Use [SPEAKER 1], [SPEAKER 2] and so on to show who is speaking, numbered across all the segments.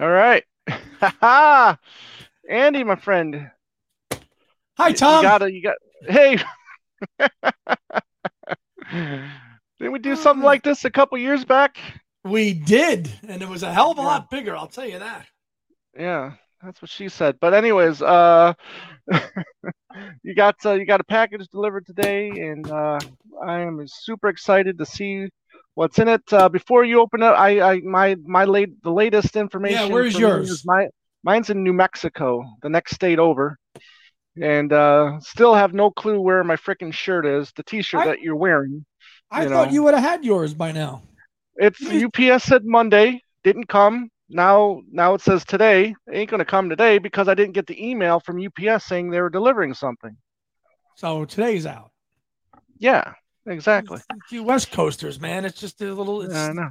[SPEAKER 1] All right. Andy, my friend.
[SPEAKER 2] Hi, Tom.
[SPEAKER 1] You gotta, you got. Hey. Didn't we do something like this a couple years back?
[SPEAKER 2] We did, and it was a hell of a lot bigger. I'll tell you that.
[SPEAKER 1] Yeah, that's what she said. But anyways, uh, you got uh, you got a package delivered today, and uh, I am super excited to see what's in it. Uh, before you open up, I, I my my late the latest information.
[SPEAKER 2] Yeah, where's
[SPEAKER 1] for me
[SPEAKER 2] yours?
[SPEAKER 1] is My mine's in New Mexico, the next state over, and uh, still have no clue where my freaking shirt is. The T-shirt
[SPEAKER 2] I-
[SPEAKER 1] that you're wearing.
[SPEAKER 2] I
[SPEAKER 1] You
[SPEAKER 2] thought
[SPEAKER 1] know.
[SPEAKER 2] you would have had yours by now.
[SPEAKER 1] It's
[SPEAKER 2] You-
[SPEAKER 1] UPS said Monday, didn't come. Now now it says today. It ain't gonna come today because I didn't get the email from UPS saying they were delivering something.
[SPEAKER 2] So today's out.
[SPEAKER 1] Yeah, exactly.
[SPEAKER 2] You West Coasters, man. It's just a little. It's,
[SPEAKER 1] I know.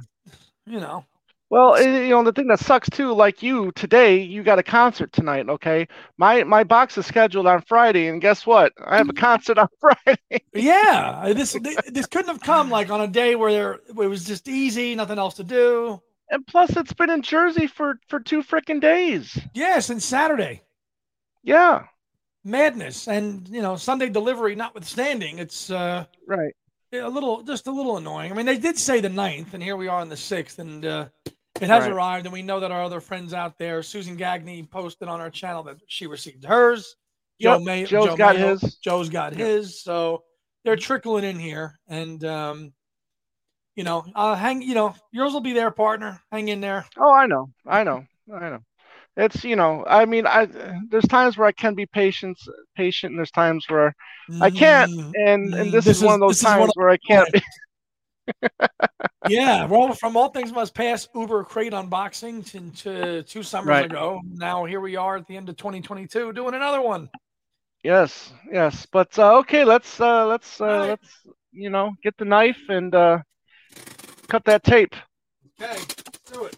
[SPEAKER 2] You know.
[SPEAKER 1] Well, and, you know the thing that sucks too, like you today, you got a concert tonight. Okay, my my box is scheduled on Friday, and guess what? I
[SPEAKER 2] Mm.
[SPEAKER 1] have a concert on Friday.
[SPEAKER 2] Yeah. I- This this couldn't have come like on a day where there where it was just easy, nothing else to do.
[SPEAKER 1] And plus, it's been in Jersey for for two freaking days.
[SPEAKER 2] Yeah, since Saturday.
[SPEAKER 1] Yeah,
[SPEAKER 2] Madness. And you know, Sunday delivery notwithstanding, it's uh
[SPEAKER 1] right.
[SPEAKER 2] a little just a little annoying. I mean, they did say the ninth, and here we are on the sixth, and uh, it has
[SPEAKER 1] Right.
[SPEAKER 2] arrived. And we know that our other friends out there, Susan Gagne posted on our channel that she received hers. Joe
[SPEAKER 1] Yep,
[SPEAKER 2] May,
[SPEAKER 1] Joe's
[SPEAKER 2] Joe
[SPEAKER 1] got
[SPEAKER 2] Mayo-
[SPEAKER 1] his.
[SPEAKER 2] Joe's got
[SPEAKER 1] Yep.
[SPEAKER 2] his. So they're trickling in here, and um, you know, uh, hang. You know, yours will be there, partner. Hang in there.
[SPEAKER 1] Oh, I know, I know, I know. It's you know, I mean, I there's times where I can be patient, patient, and there's times where I can't,
[SPEAKER 2] Mm,
[SPEAKER 1] and and
[SPEAKER 2] Mm,
[SPEAKER 1] this,
[SPEAKER 2] this
[SPEAKER 1] is one
[SPEAKER 2] is-
[SPEAKER 1] of those
[SPEAKER 2] this is one
[SPEAKER 1] times
[SPEAKER 2] of-
[SPEAKER 1] where I can't. Be.
[SPEAKER 2] yeah, well, from all things must pass, Uber crate unboxing to, to two summers
[SPEAKER 1] Right.
[SPEAKER 2] ago. Now here we are at the end of 2022 doing another one.
[SPEAKER 1] Yes, yes, but uh, okay, let's uh, let's uh,
[SPEAKER 2] Alright.
[SPEAKER 1] let's you know get the knife and uh, cut that tape.
[SPEAKER 2] Okay, let's do it.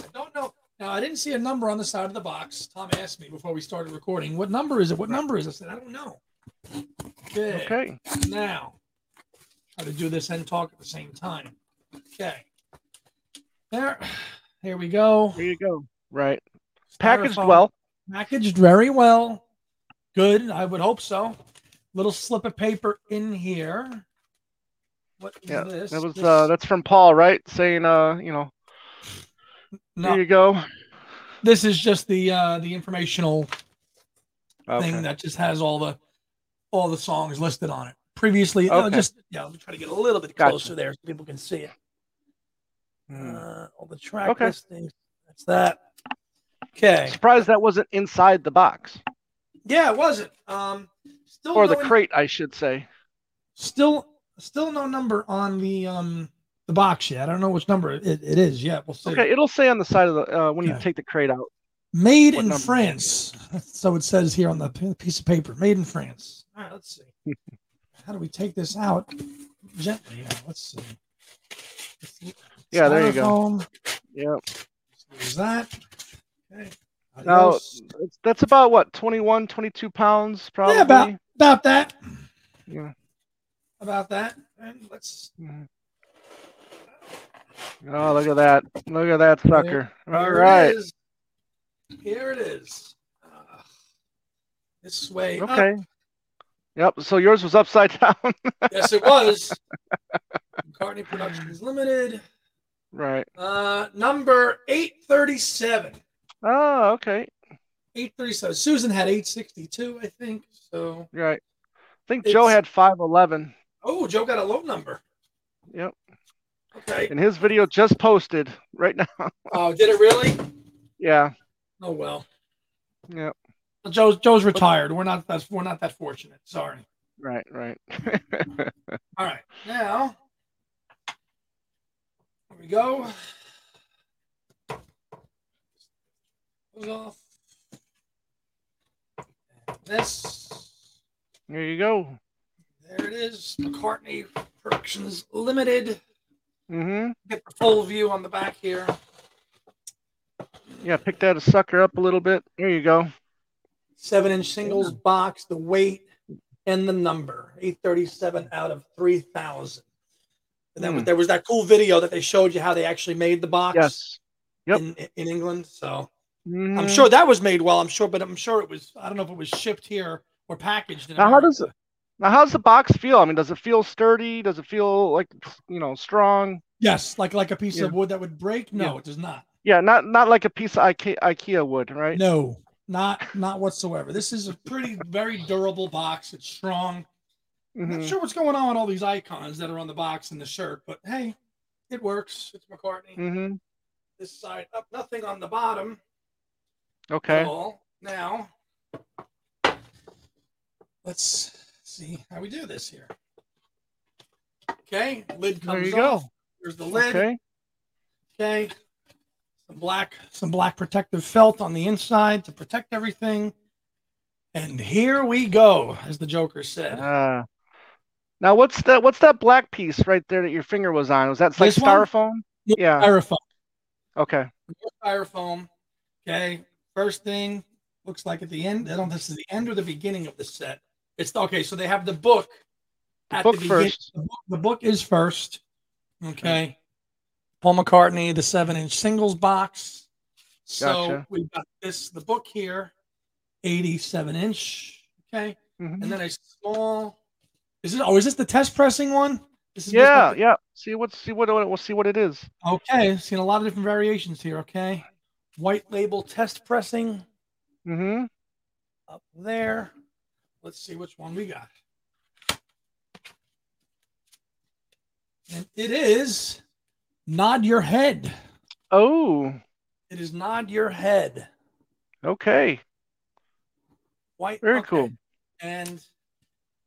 [SPEAKER 2] I don't know. Now I didn't see a number on the side of the box. Tom asked me before we started recording, "What number is it? What number is it?" I said, "I don't know." Okay.
[SPEAKER 1] Okay,
[SPEAKER 2] Now, try to do this and talk at the same time. Okay. There. Here we go.
[SPEAKER 1] here you go. Right, packaged
[SPEAKER 2] Styrofoam.
[SPEAKER 1] well.
[SPEAKER 2] Packaged very well. Good. I would hope so. Little slip of paper in here. What is
[SPEAKER 1] Yeah,
[SPEAKER 2] this?
[SPEAKER 1] That was
[SPEAKER 2] This-
[SPEAKER 1] uh, that's from Paul, right? Saying uh, you know,
[SPEAKER 2] no,
[SPEAKER 1] here you go.
[SPEAKER 2] this is just the uh, the informational
[SPEAKER 1] Okay.
[SPEAKER 2] thing that just has all the all the songs listed on it. Previously, no,
[SPEAKER 1] Okay.
[SPEAKER 2] just yeah, I'm trying to get a little bit
[SPEAKER 1] Gotcha.
[SPEAKER 2] closer there so people can see it.
[SPEAKER 1] Hmm.
[SPEAKER 2] Uh, all the track
[SPEAKER 1] Okay.
[SPEAKER 2] listings. That's that. Okay.
[SPEAKER 1] Surprised that wasn't inside the box
[SPEAKER 2] Yeah, it wasn't. Um, still
[SPEAKER 1] or the
[SPEAKER 2] no-
[SPEAKER 1] crate, I should say.
[SPEAKER 2] Still, still no number on the um the box yet. I don't know which number it, it is yet. We'll see.
[SPEAKER 1] Okay, it'll say on the side of the uh, when you
[SPEAKER 2] Yeah.
[SPEAKER 1] take the crate out.
[SPEAKER 2] Made
[SPEAKER 1] What
[SPEAKER 2] in
[SPEAKER 1] number?
[SPEAKER 2] France. So it says here on the p- piece of paper. Made in France. All right, let's see. How do we take this out gently? Here, Let's see.
[SPEAKER 1] Yeah, there you go.
[SPEAKER 2] Styrofoam.
[SPEAKER 1] Yeah,
[SPEAKER 2] There's that. Okay.
[SPEAKER 1] Now-
[SPEAKER 2] Adios.
[SPEAKER 1] It's- that's about what 21, 22 pounds, probably.
[SPEAKER 2] yeah, about about that.
[SPEAKER 1] Yeah.
[SPEAKER 2] About that. And let's
[SPEAKER 1] Mhm. Oh, look at that! Look at that sucker! All
[SPEAKER 2] Here it
[SPEAKER 1] right,
[SPEAKER 2] is. Here it is. Ah, this way. up.
[SPEAKER 1] okay. Yep. So yours was upside down,
[SPEAKER 2] Yes, it was. McCartney Productions Limited.
[SPEAKER 1] right?
[SPEAKER 2] Uh, number 837.
[SPEAKER 1] Oh, okay,
[SPEAKER 2] 837. Susan had 862, I think. So,
[SPEAKER 1] right. I think Joe
[SPEAKER 2] It's-
[SPEAKER 1] had five eleven
[SPEAKER 2] oh, Joe got a low number.
[SPEAKER 1] Yep.
[SPEAKER 2] Okay.
[SPEAKER 1] in his video just posted right now.
[SPEAKER 2] Oh, did it really?
[SPEAKER 1] Yeah,
[SPEAKER 2] Oh well.
[SPEAKER 1] yeah,
[SPEAKER 2] Joe's Joe's retired. We're not that we're not that fortunate. Sorry.
[SPEAKER 1] right, right.
[SPEAKER 2] All right, now here we go. Goes off. And This
[SPEAKER 1] there you go.
[SPEAKER 2] there it is, McCartney Productions Limited.
[SPEAKER 1] Mm-hmm.
[SPEAKER 2] Get the full view on the back here.
[SPEAKER 1] Yeah, pick that sucker up a little bit. There you go.
[SPEAKER 2] Seven inch singles box, the weight and the number 837 out of 3000. And then
[SPEAKER 1] Hmm.
[SPEAKER 2] there was that cool video that they showed you how they actually made the box.
[SPEAKER 1] Yes. Yep.
[SPEAKER 2] in, in England. So I'm
[SPEAKER 1] Mhm.
[SPEAKER 2] sure that was made well. I'm sure, but I'm sure it was. I don't know if it was shipped here or packaged. In
[SPEAKER 1] Now, how does it?
[SPEAKER 2] America.
[SPEAKER 1] Now, how's the box feel? I mean, does it feel sturdy? Does it feel like you know strong?
[SPEAKER 2] Yes, like like a piece
[SPEAKER 1] Yeah.
[SPEAKER 2] of wood that would break. No,
[SPEAKER 1] Yeah.
[SPEAKER 2] it does not.
[SPEAKER 1] Yeah, not not like a piece of Ike- IKEA wood, right?
[SPEAKER 2] No, not not whatsoever. This is a pretty very durable box. It's strong. Not
[SPEAKER 1] Mhm.
[SPEAKER 2] sure what's going on with all these icons that are on the box and the shirt, but hey, it works. It's McCartney.
[SPEAKER 1] Mhm.
[SPEAKER 2] This side up, nothing on the bottom at
[SPEAKER 1] Okay.
[SPEAKER 2] all. Now, let's see how we do this here. Okay, lid comes
[SPEAKER 1] There you
[SPEAKER 2] off.
[SPEAKER 1] go.
[SPEAKER 2] There's the lid.
[SPEAKER 1] Okay.
[SPEAKER 2] Okay. Some black, some black protective felt on the inside to protect everything. And here we go, as the Joker said.
[SPEAKER 1] Uh, now, what's that? What's that black piece right there that your finger was on? Was that like
[SPEAKER 2] This one?
[SPEAKER 1] styrofoam?
[SPEAKER 2] Yeah.
[SPEAKER 1] Yeah.
[SPEAKER 2] styrofoam.
[SPEAKER 1] Okay.
[SPEAKER 2] Styrofoam. Okay. First thing looks like at the end. I don't know if this is the end or the beginning of the set. It's okay. So they have the book.
[SPEAKER 1] The
[SPEAKER 2] at
[SPEAKER 1] book
[SPEAKER 2] begin-
[SPEAKER 1] first.
[SPEAKER 2] The book, the book is first. Okay. Paul McCartney, the seven inch singles box. So
[SPEAKER 1] Gotcha.
[SPEAKER 2] we've got this, the book here, 87 inch. Okay.
[SPEAKER 1] Mhm.
[SPEAKER 2] And then a small, is it, oh, is this the test pressing one? This is just
[SPEAKER 1] Yeah.
[SPEAKER 2] like
[SPEAKER 1] Yeah. See what? See what? We'll see what it is.
[SPEAKER 2] the- okay. Seen a lot of different variations here. Okay. White label test pressing
[SPEAKER 1] Mm-hmm.
[SPEAKER 2] up there. Let's see which one we got. And it is Nod Your Head.
[SPEAKER 1] Oh.
[SPEAKER 2] It is Nod Your Head.
[SPEAKER 1] Okay.
[SPEAKER 2] White.
[SPEAKER 1] Very
[SPEAKER 2] okay.
[SPEAKER 1] cool.
[SPEAKER 2] And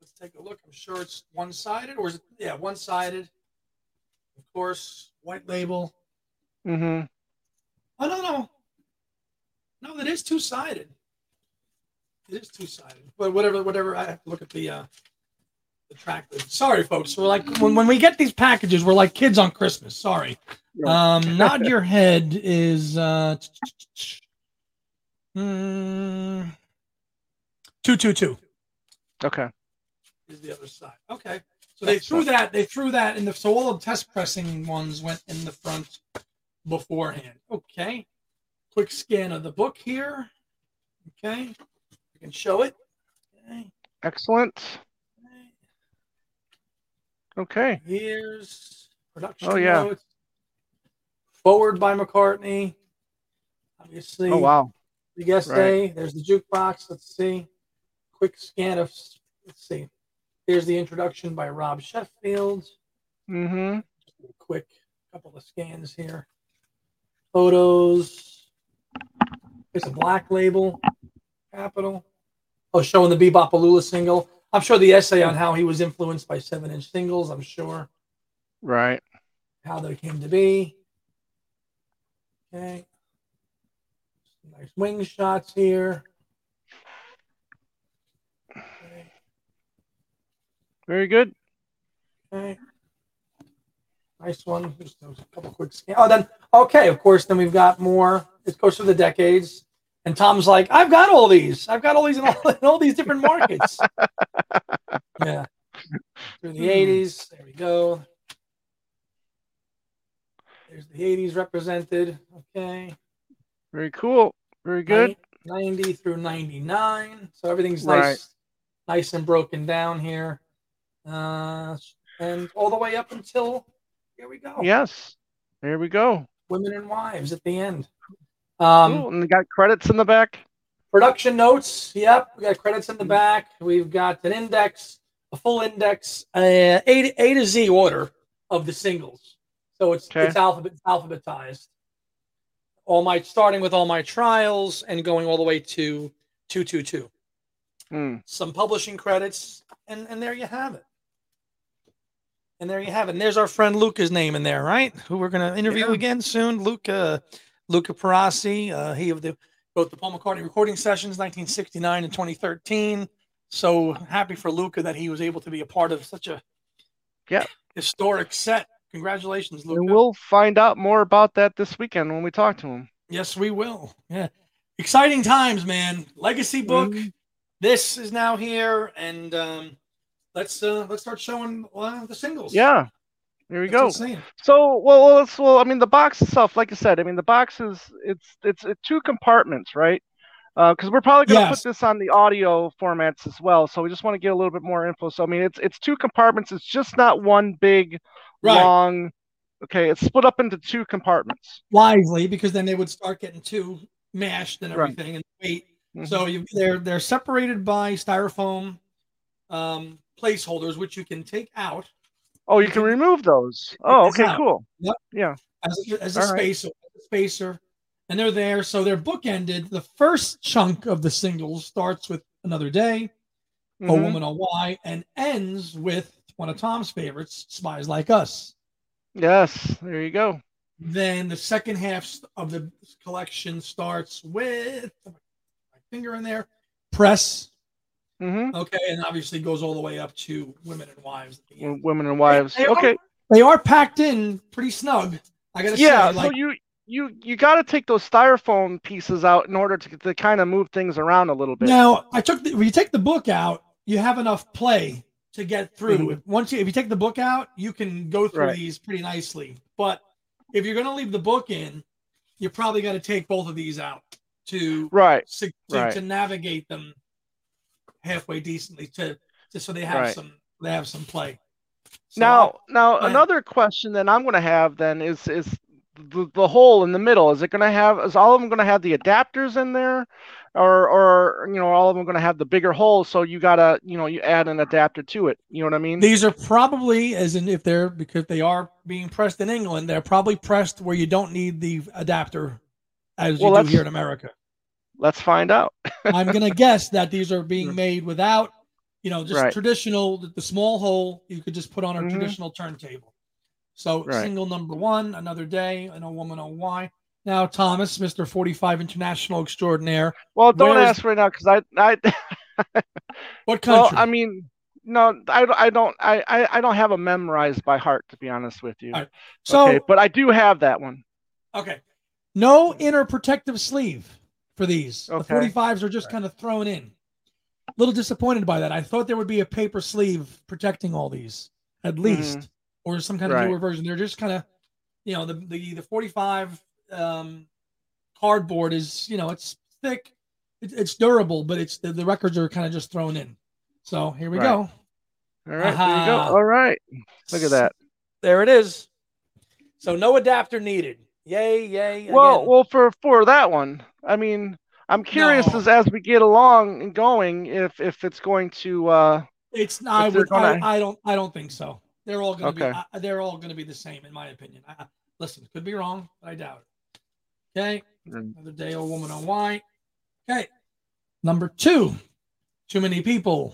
[SPEAKER 2] let's take a look. I'm sure it's one sided, or is it? Yeah, one sided. Of course, white label.
[SPEAKER 1] Mm-hmm.
[SPEAKER 2] Oh, no, no. No, that is two sided. It is two sided. But whatever, whatever. I have to look at the uh, the track. list. Sorry, folks. We're like when, when we get these packages, we're like kids on Christmas. Sorry. Um, nod your head is uh, mm, two two two
[SPEAKER 1] Okay.
[SPEAKER 2] is the other side. Okay. So they threw that. They threw that in the. So all the test pressing ones went in the front beforehand. Okay. Quick scan of the book here. Okay. I can show it. Okay.
[SPEAKER 1] Excellent. Okay.
[SPEAKER 2] Here's production.
[SPEAKER 1] Oh, yeah.
[SPEAKER 2] notes. Forward by McCartney. Obviously.
[SPEAKER 1] Oh wow.
[SPEAKER 2] The guest
[SPEAKER 1] Right.
[SPEAKER 2] day. There's the jukebox. Let's see. Quick scan of. Let's see. Here's the introduction by Rob Sheffield.
[SPEAKER 1] Mm-hmm.
[SPEAKER 2] quick couple of scans here. Photos. There's a black label, capital. Oh, showing the Bebop Alula single. I'm sure the essay on how he was influenced by seven inch singles. I'm sure
[SPEAKER 1] Right.
[SPEAKER 2] how they came to be. Okay. Some nice wing shots here. Okay.
[SPEAKER 1] Very good.
[SPEAKER 2] Okay. Nice one. Just a couple quick scans. Oh, then okay, of course. Then we've got more. It goes through the decades, and Tom's like, "I've got all these. I've got all these in all, in all these different markets." yeah. Through the
[SPEAKER 1] Hmm.
[SPEAKER 2] '80s. There we go. There's the '80s represented. Okay.
[SPEAKER 1] Very cool. Very good.
[SPEAKER 2] Nin- 90 through 99. So everything's
[SPEAKER 1] Right.
[SPEAKER 2] nice, nice and broken down here. Uh, and all the way up until here we go.
[SPEAKER 1] Yes. There we go.
[SPEAKER 2] Women and wives at the end. Um,
[SPEAKER 1] cool. And they got credits in the back.
[SPEAKER 2] Production notes. Yep. We got credits in the back. We've got an index, a full index, uh, A, to, A to Z order of the singles. So it's,
[SPEAKER 1] Okay.
[SPEAKER 2] it's alphabet, alphabetized. All my starting with all my trials and going all the way to 222.
[SPEAKER 1] Mm.
[SPEAKER 2] some publishing credits, and and there you have it. And there you have it. And there's our friend Luca's name in there, right? Who we're going to interview
[SPEAKER 1] Yeah.
[SPEAKER 2] again soon. Luca, Luca Parasi. Uh, he of the both the Paul McCartney recording sessions, 1969 and 2013. So happy for Luca that he was able to be a part of such a
[SPEAKER 1] Yeah.
[SPEAKER 2] historic set. Congratulations, Luca.
[SPEAKER 1] And we'll find out more about that this weekend when we talk to him.
[SPEAKER 2] Yes, we will. Yeah. Exciting times, man. Legacy book.
[SPEAKER 1] Mhm.
[SPEAKER 2] This is now here, and um, let's uh, let's start showing uh, the singles.
[SPEAKER 1] Yeah. There we
[SPEAKER 2] That's what
[SPEAKER 1] go.
[SPEAKER 2] I'm saying.
[SPEAKER 1] So well, well, let's well. I mean, the box itself, like you said, I mean, the box is it's it's uh, two compartments, right? Because we're probably going to
[SPEAKER 2] Yes.
[SPEAKER 1] put this on the audio formats as well. So we just want to get a little bit more info. So I mean, it's it's two compartments. It's just not one big
[SPEAKER 2] Right.
[SPEAKER 1] long. Okay, it's split up into two compartments.
[SPEAKER 2] Wisely, because then they would start getting too mashed and
[SPEAKER 1] Right.
[SPEAKER 2] everything and weight.
[SPEAKER 1] Mhm.
[SPEAKER 2] So you, they're they're separated by styrofoam um, placeholders, which you can take out
[SPEAKER 1] Oh, you can remove those. Oh,
[SPEAKER 2] this
[SPEAKER 1] okay,
[SPEAKER 2] out.
[SPEAKER 1] cool.
[SPEAKER 2] as a, as a
[SPEAKER 1] All right.
[SPEAKER 2] spacer, as a spacer, and they're there. So they're bookended. The first chunk of the singles starts with another day, a
[SPEAKER 1] Mhm.
[SPEAKER 2] woman, a why, and ends with one of Tom's favorites, Spies Like Us.
[SPEAKER 1] Yes, there you go.
[SPEAKER 2] Then the second half of the collection starts with my finger in there, press.
[SPEAKER 1] Mm-hmm.
[SPEAKER 2] Okay, and obviously goes all the way up to women and wives. at the end.
[SPEAKER 1] Women and wives.
[SPEAKER 2] They are-
[SPEAKER 1] Okay.
[SPEAKER 2] they are packed in pretty snug. I gotta
[SPEAKER 1] yeah
[SPEAKER 2] say, like
[SPEAKER 1] so you you you got to take those styrofoam pieces out in order to, to kind of move things around a little bit
[SPEAKER 2] now, I took the, when you take the book out, you have enough play to get through.
[SPEAKER 1] Mhm.
[SPEAKER 2] If- Once you if you take the book out, you can go through
[SPEAKER 1] Right.
[SPEAKER 2] these pretty nicely. But if you're gonna leave the book in, you probably got to take both of these out to
[SPEAKER 1] right
[SPEAKER 2] to, to,
[SPEAKER 1] Right.
[SPEAKER 2] to navigate them halfway decently to just so they have
[SPEAKER 1] Right.
[SPEAKER 2] some they have some play. So
[SPEAKER 1] now now
[SPEAKER 2] go ahead.
[SPEAKER 1] another question that i'm going to have then is is the, the hole in the middle is it going to have is all of them going to have the adapters in there or or you know all of them going to have the bigger hole so you got to you know you add an adapter to it you know what i mean
[SPEAKER 2] These are probably, as in if they're because they are being pressed in England, they're probably pressed where you don't need the adapter as
[SPEAKER 1] Well,
[SPEAKER 2] you do
[SPEAKER 1] that's-
[SPEAKER 2] here in America.
[SPEAKER 1] let's find out
[SPEAKER 2] I'm gonna guess that these are being
[SPEAKER 1] Mm.
[SPEAKER 2] made without, you know, just
[SPEAKER 1] Right.
[SPEAKER 2] traditional the, the small hole you could just put on a
[SPEAKER 1] Mhm.
[SPEAKER 2] traditional turntable. So
[SPEAKER 1] Right.
[SPEAKER 2] single number one, another day, and a woman on why. Now Thomas, Mr. 45 International Extraordinaire.
[SPEAKER 1] well don't
[SPEAKER 2] Where is-
[SPEAKER 1] ask right now because i i
[SPEAKER 2] What
[SPEAKER 1] Well,
[SPEAKER 2] country?
[SPEAKER 1] I mean, no, I, don't- I don't, I, I, I don't have them memorized by heart, to be honest with you.
[SPEAKER 2] All right. so
[SPEAKER 1] okay, but I do have that one.
[SPEAKER 2] Okay. No inner protective sleeve for these.
[SPEAKER 1] Okay.
[SPEAKER 2] The 45s are just kind of thrown in. A little disappointed by that. I thought there would be a paper sleeve protecting all these, at least, or some kind of
[SPEAKER 1] Mm-hmm. Right.
[SPEAKER 2] newer version. They're just kind of, you know, the the, the 45 um, cardboard is, you know, it's thick, it, it's durable, but it's the, the records are kind of just thrown in. So here we
[SPEAKER 1] Right.
[SPEAKER 2] go.
[SPEAKER 1] All right, there you go.
[SPEAKER 2] Aha.
[SPEAKER 1] All right, look at that.
[SPEAKER 2] There it is. So no adapter needed. Yay, yay.
[SPEAKER 1] Well,
[SPEAKER 2] again.
[SPEAKER 1] well, for for that one, I mean, I'm curious
[SPEAKER 2] No.
[SPEAKER 1] as as we get along and going, if if it's going to, uh,
[SPEAKER 2] It's not. I,
[SPEAKER 1] If they're
[SPEAKER 2] would, I,
[SPEAKER 1] gonna-
[SPEAKER 2] I don't. I don't think so. They're all going to
[SPEAKER 1] Okay.
[SPEAKER 2] be. I, they're all going to be the same, in my opinion. I, I- listen, could be wrong, but I doubt it. Okay.
[SPEAKER 1] Mm.
[SPEAKER 2] Another day, a woman on why. Okay. Number two, too many people.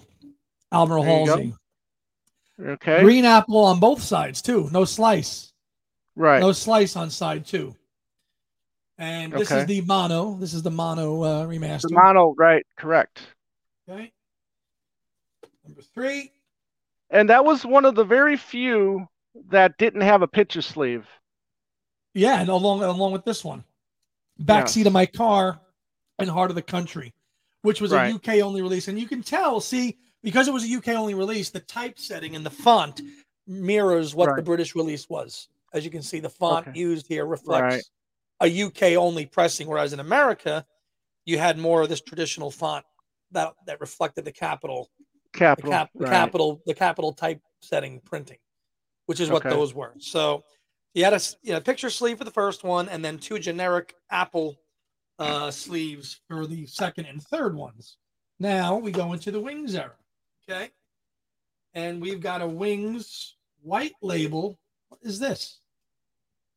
[SPEAKER 2] Albert
[SPEAKER 1] There you go.
[SPEAKER 2] Halsey.
[SPEAKER 1] okay,
[SPEAKER 2] Green apple on both sides too. No slice.
[SPEAKER 1] right,
[SPEAKER 2] No slice on side two. And this
[SPEAKER 1] Okay.
[SPEAKER 2] is the mono. This is the mono uh, remaster.
[SPEAKER 1] the mono, right, correct.
[SPEAKER 2] okay. Number three.
[SPEAKER 1] And that was one of the very few that didn't have a picture sleeve.
[SPEAKER 2] Yeah, and along along with this one, backseat
[SPEAKER 1] Yes.
[SPEAKER 2] of my car and heart of the country, which was
[SPEAKER 1] Right.
[SPEAKER 2] a UK only release, and you can tell, see, because it was a UK only release, the typesetting and the font mirrors what the
[SPEAKER 1] Right.
[SPEAKER 2] British release was. As you can see, the font
[SPEAKER 1] Okay.
[SPEAKER 2] used here reflects a UK only pressing, whereas in America, you had more of this traditional font that that reflected the capital, the,
[SPEAKER 1] Capital,
[SPEAKER 2] cap, the
[SPEAKER 1] right.
[SPEAKER 2] capital, the capital typesetting printing which is what
[SPEAKER 1] Okay.
[SPEAKER 2] those were. So you had a s- you know, picture sleeve for the first one, and then two generic Apple uh, sleeves for the second and third ones. Now we go into the wings era. Okay. And we've got a wings white label. What is this?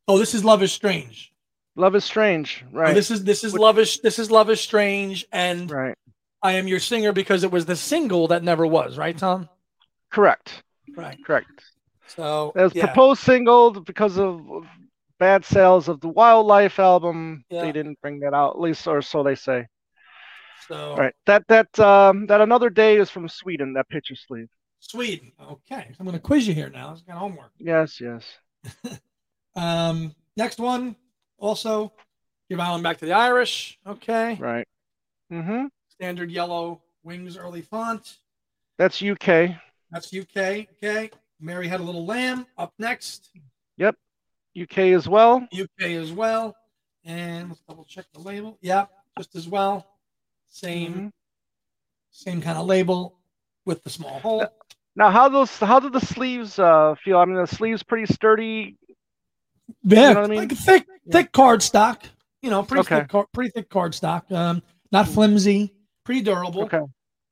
[SPEAKER 2] Oh, this is Love is Strange.
[SPEAKER 1] Love is strange,
[SPEAKER 2] Oh,
[SPEAKER 1] right,
[SPEAKER 2] this is this is Love is this is Love is Strange and
[SPEAKER 1] right,
[SPEAKER 2] I am your singer because it was the single that never was, right, Tom?
[SPEAKER 1] correct,
[SPEAKER 2] Right.
[SPEAKER 1] correct.
[SPEAKER 2] So
[SPEAKER 1] It was
[SPEAKER 2] yeah.
[SPEAKER 1] proposed single because of bad sales of the Wildlife album.
[SPEAKER 2] Yeah.
[SPEAKER 1] They didn't bring that out, at least, or so they say.
[SPEAKER 2] so
[SPEAKER 1] All right, that that um, that another day is from Sweden. That picture sleeve.
[SPEAKER 2] Sweden. Okay, so I'm going to quiz you here now. I've got homework.
[SPEAKER 1] Yes, yes.
[SPEAKER 2] Um, next one, also, give Island back to the Irish. Okay,
[SPEAKER 1] Right. Mm-hmm.
[SPEAKER 2] standard yellow wings early font.
[SPEAKER 1] That's UK.
[SPEAKER 2] That's UK. Okay, Mary had a little lamb up next.
[SPEAKER 1] UK as well.
[SPEAKER 2] UK as well. And let's double check the label. Yeah, just as well. Same
[SPEAKER 1] Mhm.
[SPEAKER 2] same kind of label with the small hole.
[SPEAKER 1] Now, how those how do the sleeves uh, feel? I mean, the sleeves pretty sturdy.
[SPEAKER 2] Yeah,
[SPEAKER 1] You know what I mean?
[SPEAKER 2] like thick thick card stock. You know, pretty
[SPEAKER 1] Okay.
[SPEAKER 2] thick card, pretty thick card stock. Um, not flimsy, pretty durable.
[SPEAKER 1] Okay.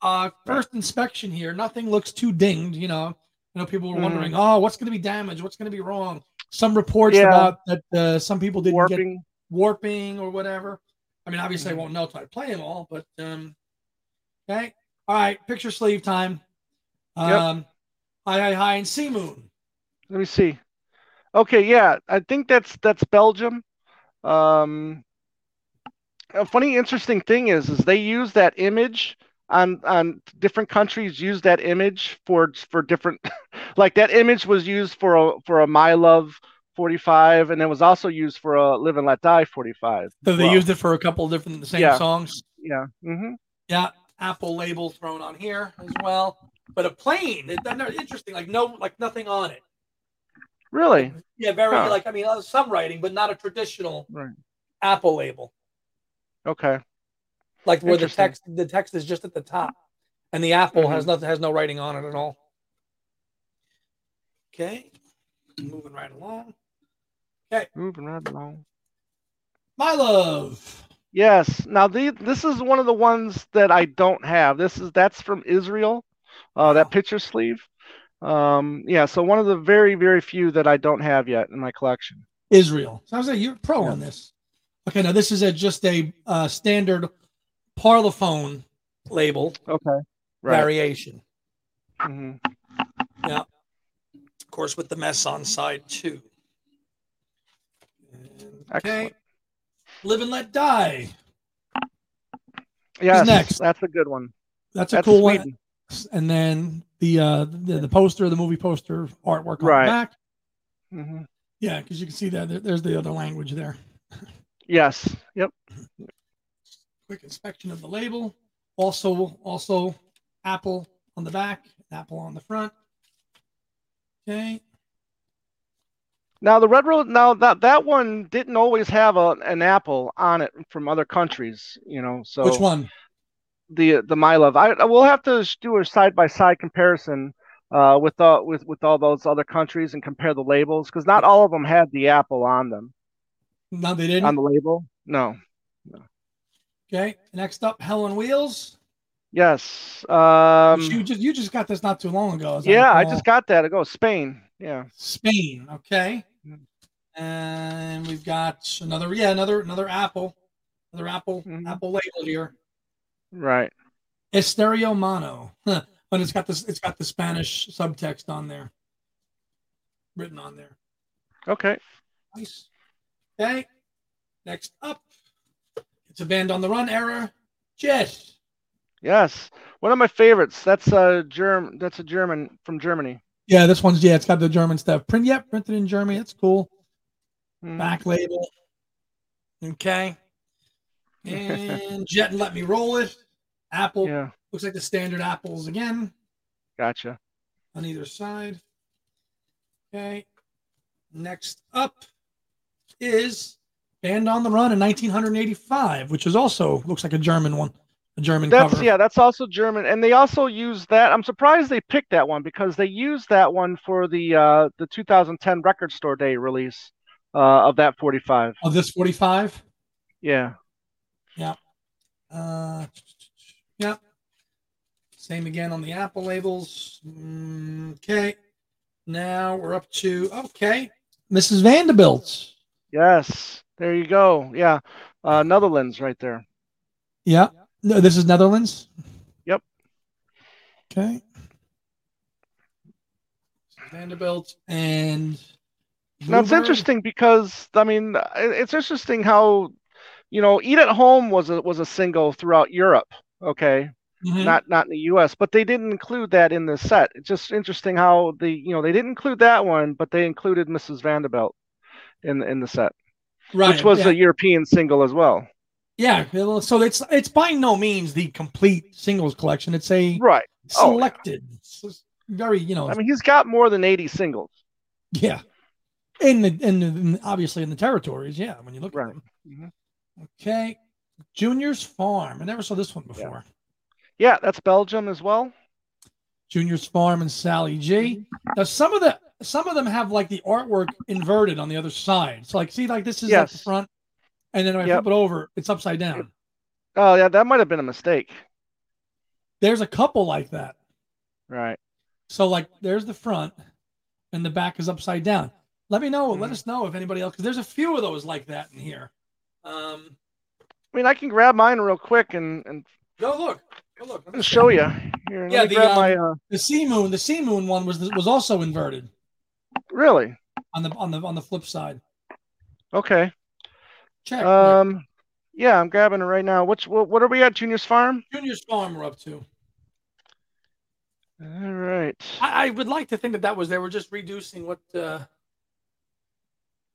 [SPEAKER 2] Uh, first inspection here, nothing looks too dinged. You know, you know, people were
[SPEAKER 1] Mhm.
[SPEAKER 2] wondering, oh, what's going to be damaged? What's going to be wrong? Some reports
[SPEAKER 1] Yeah.
[SPEAKER 2] about that uh, some people didn't get
[SPEAKER 1] Warping. Mm-hmm.
[SPEAKER 2] warping or whatever. I mean, obviously, I won't know till I play them all, but um, okay. All right, picture sleeve time.
[SPEAKER 1] Yep.
[SPEAKER 2] Um, hi, hi, hi, and sea moon.
[SPEAKER 1] Let me see. Okay, yeah, I think that's that's Belgium. Um, a funny, interesting thing is, is they use that image on on different countries use that image for for different, like that image was used for a for a My Love 45, and it was also used for a Live and Let Die 45.
[SPEAKER 2] So they
[SPEAKER 1] Wow.
[SPEAKER 2] used it for a couple of different the same
[SPEAKER 1] Yeah.
[SPEAKER 2] songs.
[SPEAKER 1] Yeah. hmm
[SPEAKER 2] Yeah, Apple label thrown on here as well. But a plane, it, they're interesting. Like no, like nothing on it.
[SPEAKER 1] Really?
[SPEAKER 2] Yeah, very
[SPEAKER 1] Huh.
[SPEAKER 2] like I mean uh, some writing, but not a traditional
[SPEAKER 1] Right.
[SPEAKER 2] Apple label.
[SPEAKER 1] Okay.
[SPEAKER 2] Like where the
[SPEAKER 1] Interesting.
[SPEAKER 2] text the text is just at the top, and the Apple has
[SPEAKER 1] Mhm.
[SPEAKER 2] nothing has no writing on it at all. Okay, moving right along.
[SPEAKER 1] Moving right along.
[SPEAKER 2] My love.
[SPEAKER 1] Yes. Now the this is one of the ones that I don't have. This is that's from Israel, uh,
[SPEAKER 2] Wow.
[SPEAKER 1] that picture sleeve. Um, yeah, so one of the very, very few that I don't have yet in my collection.
[SPEAKER 2] Israel. So I was like, you're pro on this. Okay, now this is a, just a uh, standard Parlophone label
[SPEAKER 1] Okay. Right.
[SPEAKER 2] variation,
[SPEAKER 1] hmm
[SPEAKER 2] of course, with the mess on side two. Okay.
[SPEAKER 1] Excellent.
[SPEAKER 2] Live and let die.
[SPEAKER 1] Yes,
[SPEAKER 2] next?
[SPEAKER 1] that's a good one.
[SPEAKER 2] That's a
[SPEAKER 1] That's
[SPEAKER 2] cool one.
[SPEAKER 1] Sweden.
[SPEAKER 2] And then the uh the, the poster, the movie poster artwork on
[SPEAKER 1] Right.
[SPEAKER 2] the back.
[SPEAKER 1] hmm
[SPEAKER 2] Yeah, because you can see that there- there's the other language there.
[SPEAKER 1] Yes. Yep.
[SPEAKER 2] quick inspection of the label. Also, also Apple on the back, Apple on the front. Okay.
[SPEAKER 1] Now the Red Road, now that that one didn't always have a, an apple on it from other countries, you know, so
[SPEAKER 2] Which one?
[SPEAKER 1] the the my love i I- we'll have to sh- do a side by side comparison uh with all with with all those other countries and compare the labels because not all of them had the apple on them
[SPEAKER 2] No, they didn't.
[SPEAKER 1] on the label no
[SPEAKER 2] okay. Next up, Helen Wheels.
[SPEAKER 1] yes
[SPEAKER 2] which
[SPEAKER 1] um
[SPEAKER 2] you just you just got this not too long ago. as
[SPEAKER 1] yeah i
[SPEAKER 2] recall.
[SPEAKER 1] just got that ago spain yeah
[SPEAKER 2] Spain. Okay.
[SPEAKER 1] Yeah.
[SPEAKER 2] And we've got another yeah another another Apple, another Apple
[SPEAKER 1] Mhm.
[SPEAKER 2] Apple label here.
[SPEAKER 1] right
[SPEAKER 2] Estereo mono. Huh. But it's got this it's got the Spanish subtext on there, written on there.
[SPEAKER 1] okay
[SPEAKER 2] Nice. Okay. Next up, it's a band on the run error. Jet.
[SPEAKER 1] yes one of my favorites that's a germ that's a german from germany
[SPEAKER 2] Yeah, this one's yeah, it's got the German stuff. Print yep, printed in Germany. It's cool.
[SPEAKER 1] Mm.
[SPEAKER 2] Back label. Okay. And Jet and let me roll it. Apple
[SPEAKER 1] yeah
[SPEAKER 2] looks like the standard apples again
[SPEAKER 1] gotcha
[SPEAKER 2] on either side. Okay. Next up is Band on the Run in 1985, which is also looks like a German one, a German
[SPEAKER 1] That's
[SPEAKER 2] cover.
[SPEAKER 1] yeah, that's also German, and they also use that. I'm surprised they picked that one because they used that one for the uh, the 2010 Record Store Day release uh, of that 45.
[SPEAKER 2] of this 45.
[SPEAKER 1] Yeah,
[SPEAKER 2] Uh, yeah. Same again on the Apple labels. Mm, Okay. Now we're up to okay. Mrs. Vanderbilt.
[SPEAKER 1] yes, there you go. Yeah, uh, Netherlands right there.
[SPEAKER 2] Yeah. No, this is Netherlands.
[SPEAKER 1] Yep.
[SPEAKER 2] Okay. Vanderbilt and
[SPEAKER 1] Now it's
[SPEAKER 2] Bluebird.
[SPEAKER 1] interesting because I mean i- it's interesting how you know Eat at Home was a, was a single throughout Europe. Okay,
[SPEAKER 2] Mhm.
[SPEAKER 1] not not in the U.S. But they didn't include that in the set. It's just interesting how the you know they didn't include that one, but they included Mrs. Vanderbilt in in the set,
[SPEAKER 2] right.
[SPEAKER 1] which was
[SPEAKER 2] yeah.
[SPEAKER 1] a European single as well.
[SPEAKER 2] yeah. well, So it's it's by no means the complete singles collection. It's a
[SPEAKER 1] Right. Oh, yeah.
[SPEAKER 2] selected s- very, you know,
[SPEAKER 1] I mean, he's got more than 80 singles.
[SPEAKER 2] yeah. In the in, the, in obviously in the territories, yeah. When you look
[SPEAKER 1] Right. Mm-hmm.
[SPEAKER 2] at them, okay. Junior's Farm. I never saw this one before.
[SPEAKER 1] Yeah, that's Belgium as well. Mm-hmm.
[SPEAKER 2] Junior's Farm and Sally G. Now some of the some of them have like the artwork inverted on the other side. So like see like this is like the
[SPEAKER 1] Yes.
[SPEAKER 2] front, and then when I
[SPEAKER 1] Yep.
[SPEAKER 2] flip it over, it's upside down.
[SPEAKER 1] Oh, yeah, that might have been a mistake.
[SPEAKER 2] There's a couple like that.
[SPEAKER 1] Right.
[SPEAKER 2] So like there's the front, and the back is upside down. Let me know.
[SPEAKER 1] Mm-hmm.
[SPEAKER 2] Let us know if anybody else because there's a few of those like that in here. Um,
[SPEAKER 1] I mean, I can grab mine real quick and, and
[SPEAKER 2] go look. Go look.
[SPEAKER 1] and show you. Here, let
[SPEAKER 2] Yeah,
[SPEAKER 1] me
[SPEAKER 2] the,
[SPEAKER 1] grab
[SPEAKER 2] um,
[SPEAKER 1] my. Uh,
[SPEAKER 2] The sea moon. The sea moon one was was also inverted
[SPEAKER 1] really?
[SPEAKER 2] on the on the on the flip side.
[SPEAKER 1] Okay.
[SPEAKER 2] Check.
[SPEAKER 1] Um, yeah, I'm grabbing it right now. What's what, what are we at Junior's Farm?
[SPEAKER 2] Junior's farm we're up to.
[SPEAKER 1] All right.
[SPEAKER 2] I, I would like to think that that was they were just reducing what uh,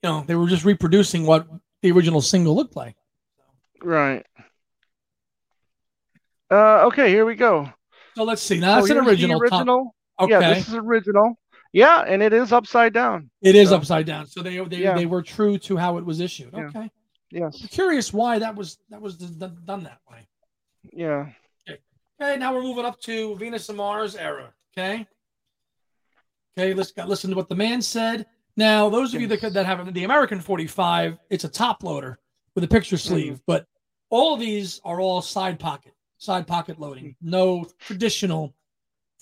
[SPEAKER 2] you know they were just reproducing what the original single looked like.
[SPEAKER 1] Right. Uh, okay, here we go.
[SPEAKER 2] So let's see. Now that's
[SPEAKER 1] So
[SPEAKER 2] an
[SPEAKER 1] here's Oh, the
[SPEAKER 2] original. Tom.
[SPEAKER 1] original.
[SPEAKER 2] Okay,
[SPEAKER 1] Yeah, this is original. Yeah, and it is upside down.
[SPEAKER 2] it is
[SPEAKER 1] so-
[SPEAKER 2] upside down. So they they,
[SPEAKER 1] Yeah.
[SPEAKER 2] they were true to how it was issued.
[SPEAKER 1] Yeah.
[SPEAKER 2] Okay, I'm
[SPEAKER 1] Yes.
[SPEAKER 2] curious why that was that was d- d- done that way.
[SPEAKER 1] Yeah.
[SPEAKER 2] Okay, now we're moving up to Venus and Mars era. Okay. Okay, let's got listen to what the man said. Now, those of you that
[SPEAKER 1] Yes.
[SPEAKER 2] that have the American 45, it's a top loader with a picture
[SPEAKER 1] Mm-hmm.
[SPEAKER 2] sleeve, but all of these are all side pocket, side pocket loading.
[SPEAKER 1] Mm-hmm.
[SPEAKER 2] No traditional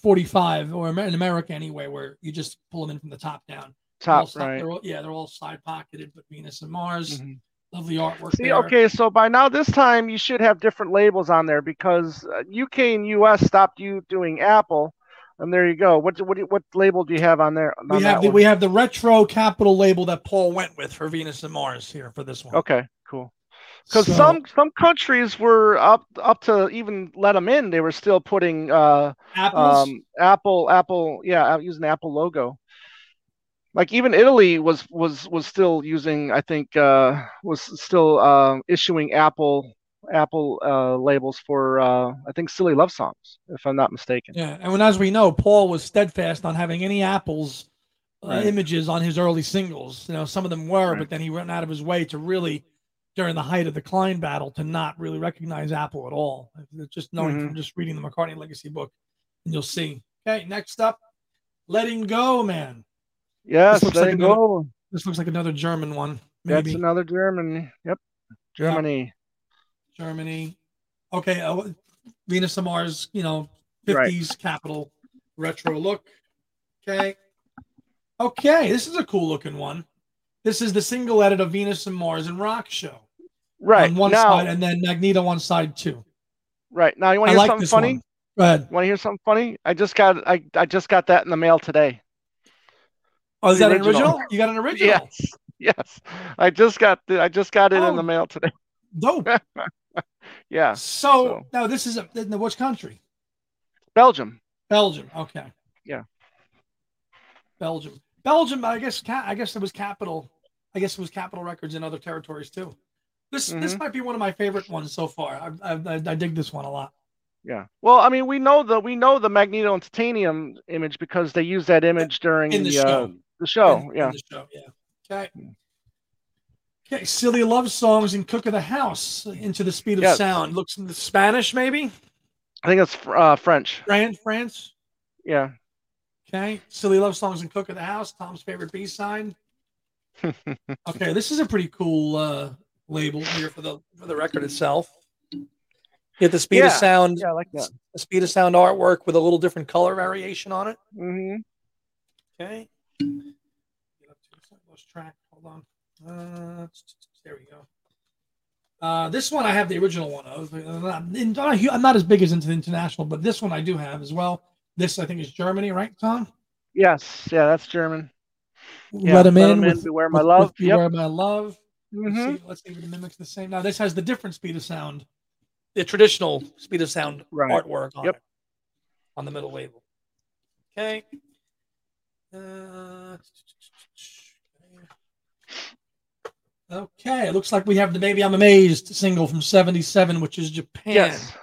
[SPEAKER 2] 45 or Amer- in America anyway, where you just pull them in from the top down. They're all
[SPEAKER 1] Top
[SPEAKER 2] si-
[SPEAKER 1] right.
[SPEAKER 2] They're all, yeah, they're all side pocketed, but Venus and Mars,
[SPEAKER 1] Mhm.
[SPEAKER 2] lovely artwork.
[SPEAKER 1] See,
[SPEAKER 2] there.
[SPEAKER 1] okay, so by now this time you should have different labels on there because uh, UK and US stopped you doing Apple, and there you go. What what do you- what label do you have on there?
[SPEAKER 2] We
[SPEAKER 1] on
[SPEAKER 2] have
[SPEAKER 1] that
[SPEAKER 2] the,
[SPEAKER 1] one?
[SPEAKER 2] we have the retro capital label that Paul went with for Venus and Mars here for this one.
[SPEAKER 1] okay, cool. Because
[SPEAKER 2] So-
[SPEAKER 1] Oh, some some countries were up up to even let them in. They were still putting uh,
[SPEAKER 2] apples.
[SPEAKER 1] um, Apple Apple yeah uh, using the Apple logo. Like even Italy was was was still using I think uh, was still uh, issuing Apple Apple uh, labels for uh, I think silly love songs if I'm not mistaken.
[SPEAKER 2] yeah, and when, as we know, Paul was steadfast on having any apples uh,
[SPEAKER 1] Right.
[SPEAKER 2] images on his early singles. You know, some of them were,
[SPEAKER 1] Right.
[SPEAKER 2] but then he went out of his way to really, during the height of the Klein battle, to not really recognize Apple at all. It's Just knowing
[SPEAKER 1] Mhm.
[SPEAKER 2] from just reading the McCartney Legacy book, and you'll see. Okay, next up, Letting Go, man.
[SPEAKER 1] Yes,
[SPEAKER 2] looks
[SPEAKER 1] there
[SPEAKER 2] like
[SPEAKER 1] you
[SPEAKER 2] another-
[SPEAKER 1] go.
[SPEAKER 2] This looks like another German one.
[SPEAKER 1] That's
[SPEAKER 2] Maybe.
[SPEAKER 1] another German. Yep, Germany.
[SPEAKER 2] Germany. Okay, uh, Venus and Mars, you know, 50s
[SPEAKER 1] Right.
[SPEAKER 2] capital retro look. Okay. Okay, this is a cool looking one. This is the single edit of Venus and Mars and Rock Show
[SPEAKER 1] Right
[SPEAKER 2] on one
[SPEAKER 1] now,
[SPEAKER 2] side and then Magneto on side two.
[SPEAKER 1] right now. You want
[SPEAKER 2] I
[SPEAKER 1] to hear
[SPEAKER 2] like
[SPEAKER 1] something
[SPEAKER 2] this
[SPEAKER 1] funny?
[SPEAKER 2] one. Go ahead.
[SPEAKER 1] You want to hear something funny? I just got I, I just got that in the mail today.
[SPEAKER 2] Oh, is
[SPEAKER 1] The
[SPEAKER 2] that an
[SPEAKER 1] original.
[SPEAKER 2] original? You got an original?
[SPEAKER 1] Yes, yes. I just got the, I just got it in
[SPEAKER 2] Oh.
[SPEAKER 1] the mail today.
[SPEAKER 2] Dope.
[SPEAKER 1] Yeah,
[SPEAKER 2] So,
[SPEAKER 1] So-
[SPEAKER 2] now this is a, in which country?
[SPEAKER 1] Belgium.
[SPEAKER 2] Belgium. Okay.
[SPEAKER 1] Yeah.
[SPEAKER 2] Belgium. Belgium. I guess. Ca- I guess it was capital. I guess it was Capital Records in other territories too. This this
[SPEAKER 1] Mhm.
[SPEAKER 2] might be one of my favorite ones so far. I, I, I, I dig this one a lot.
[SPEAKER 1] Yeah. Well, I mean, we know the we know the Magneto and Titanium image because they used that image during
[SPEAKER 2] In the
[SPEAKER 1] uh,
[SPEAKER 2] show.
[SPEAKER 1] the show.
[SPEAKER 2] In- in
[SPEAKER 1] yeah.
[SPEAKER 2] the show, yeah. Okay. Okay. Silly love songs and cook of the house into the speed of
[SPEAKER 1] Yes.
[SPEAKER 2] sound. Looks in the Spanish maybe.
[SPEAKER 1] I think it's fr- uh, French.
[SPEAKER 2] France. France.
[SPEAKER 1] Yeah.
[SPEAKER 2] Okay. Silly love songs and cook of the house. Tom's favorite B side. Okay, this is a pretty cool uh, label here for the for the record itself. Get the speed
[SPEAKER 1] Yeah,
[SPEAKER 2] of sound,
[SPEAKER 1] Yeah, I like that.
[SPEAKER 2] the speed of sound artwork with a little different color variation on it.
[SPEAKER 1] hmm
[SPEAKER 2] Okay. Get up to the lost track. Hold on. Uh, there we go. Uh, this one I have the original one of. I'm not, I'm not a hu- I'm not as big as into the international, but this one I do have as well. This I think is Germany, right, Tom?
[SPEAKER 1] Yes. Yeah, that's German. Yeah.
[SPEAKER 2] Let 'em in.
[SPEAKER 1] Letterman,
[SPEAKER 2] with-
[SPEAKER 1] Beware my
[SPEAKER 2] with-
[SPEAKER 1] love.
[SPEAKER 2] with
[SPEAKER 1] Yep.
[SPEAKER 2] Beware my love.
[SPEAKER 1] hmm
[SPEAKER 2] Let's, see, let's see if it mimics the same. Now this has the different speed of sound, the traditional speed of sound
[SPEAKER 1] Right.
[SPEAKER 2] artwork on
[SPEAKER 1] Yep.
[SPEAKER 2] it, on the middle label. Okay. Uh, okay. It looks like we have the "Maybe I'm Amazed" single from '77, which is Japan.
[SPEAKER 1] Yes.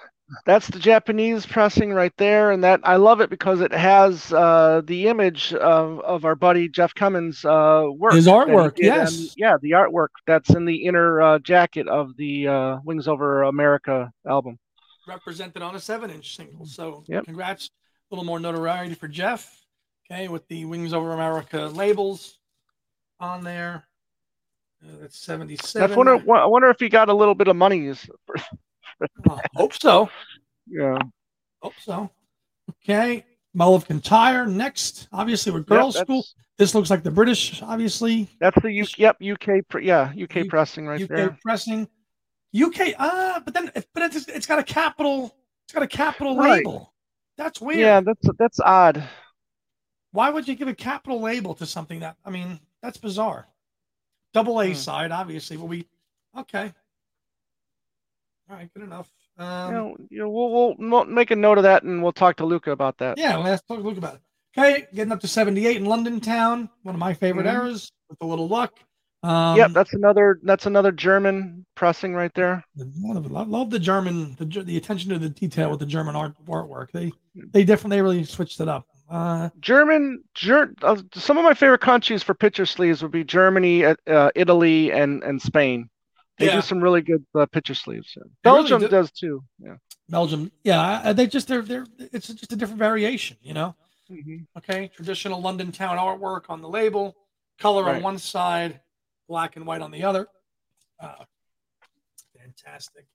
[SPEAKER 1] that's the Japanese pressing right there, and that I love it because it has uh, the image of, of our buddy Jeff Cummins' uh, work.
[SPEAKER 2] His artwork,
[SPEAKER 1] that he did,
[SPEAKER 2] yes.
[SPEAKER 1] and- yeah, the artwork that's in the inner uh, jacket of the uh, Wings Over America album.
[SPEAKER 2] represented on a seven inch single. So
[SPEAKER 1] Yep.
[SPEAKER 2] congrats. A little more notoriety for Jeff. Okay, with the Wings Over America labels on there. Uh, that's 77.
[SPEAKER 1] I wonder, I wonder if he got a little bit of monies.
[SPEAKER 2] Uh, hope so.
[SPEAKER 1] Yeah,
[SPEAKER 2] Hope so. Okay. Mull of Kintyre next. Obviously, with girls'
[SPEAKER 1] Yep,
[SPEAKER 2] school. This looks like the British, obviously.
[SPEAKER 1] That's, that's the U- yep UK pre- yeah UK
[SPEAKER 2] U-
[SPEAKER 1] pressing right
[SPEAKER 2] UK
[SPEAKER 1] there.
[SPEAKER 2] pressing. UK, ah, but then, but it's, it's got a capital, it's got a capital
[SPEAKER 1] Right.
[SPEAKER 2] label. That's weird.
[SPEAKER 1] Yeah, that's that's odd.
[SPEAKER 2] why would you give a capital label to something that I mean that's bizarre. Double A
[SPEAKER 1] Hmm.
[SPEAKER 2] side, obviously, but we okay. All right, good enough. Um,
[SPEAKER 1] you know, you know, we'll, we'll mo- make a note of that and we'll talk to Luca about that.
[SPEAKER 2] yeah, let's talk, look about it. Okay, getting up to 78 in London town, one of my favorite
[SPEAKER 1] Mhm.
[SPEAKER 2] eras with a little luck. Um,
[SPEAKER 1] yep, that's another that's another German pressing right there.
[SPEAKER 2] the- one of- I love the German, the, Ge- the attention to the detail with the German art artwork. They they definitely really switched it up. Uh,
[SPEAKER 1] German, ger- uh, some of my favorite countries for picture sleeves would be Germany, uh, uh, Italy, and and Spain. They
[SPEAKER 2] Yeah.
[SPEAKER 1] do some really good uh, picture sleeves.
[SPEAKER 2] They really
[SPEAKER 1] Belgium
[SPEAKER 2] do.
[SPEAKER 1] does too. Yeah.
[SPEAKER 2] Belgium, yeah, I- I- they just they're they're it's just a different variation, you know. Mm-hmm.
[SPEAKER 1] Mhm.
[SPEAKER 2] Okay, traditional London town artwork on the label, color on
[SPEAKER 1] Right.
[SPEAKER 2] one side, black and white on the other. Uh, fantastic.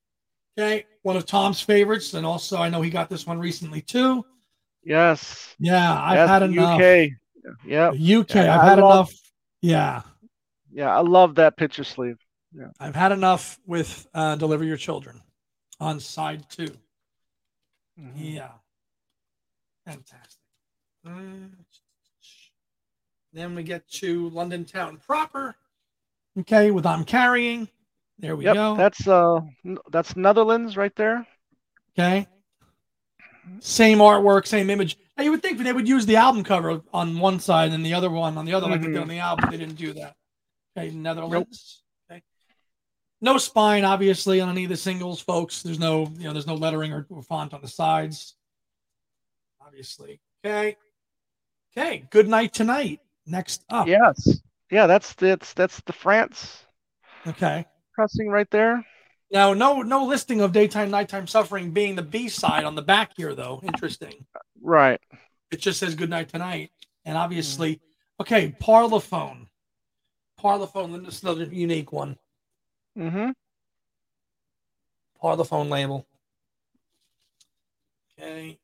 [SPEAKER 2] Okay, one of Tom's favorites, and also I know he got this one recently too.
[SPEAKER 1] Yes.
[SPEAKER 2] Yeah, I've
[SPEAKER 1] Yes,
[SPEAKER 2] had
[SPEAKER 1] the
[SPEAKER 2] enough.
[SPEAKER 1] UK. Yeah.
[SPEAKER 2] The UK,
[SPEAKER 1] Yeah,
[SPEAKER 2] I've
[SPEAKER 1] I
[SPEAKER 2] had
[SPEAKER 1] love-
[SPEAKER 2] enough. Yeah,
[SPEAKER 1] Yeah. I love that picture sleeve.
[SPEAKER 2] I've had enough with uh, "Deliver Your Children" on side two.
[SPEAKER 1] Mhm.
[SPEAKER 2] Yeah. Fantastic. Mm. Then we get to London town proper. Okay, with I'm carrying. There we
[SPEAKER 1] Yep.
[SPEAKER 2] go.
[SPEAKER 1] That's uh, n- that's Netherlands right there.
[SPEAKER 2] okay. Same artwork, same image. Now you would think they would use the album cover on one side and the other one on the other, like they did
[SPEAKER 1] Mhm.
[SPEAKER 2] on the album. They didn't do that. Okay, Netherlands. Okay. No spine, obviously, on any of the singles, folks. There's no, you know, there's no lettering or, or font on the sides. Obviously. Okay. Okay. Good night tonight. Next up.
[SPEAKER 1] Yes. Yeah. That's that's that's the France
[SPEAKER 2] Okay.
[SPEAKER 1] pressing right there.
[SPEAKER 2] Now, no, no listing of daytime, nighttime suffering being the B side on the back here, though. Interesting.
[SPEAKER 1] Right.
[SPEAKER 2] It just says good night tonight. And obviously, okay, Parlophone. Parlophone, this is another unique one.
[SPEAKER 1] Mm-hmm.
[SPEAKER 2] Parlophone label. Okay.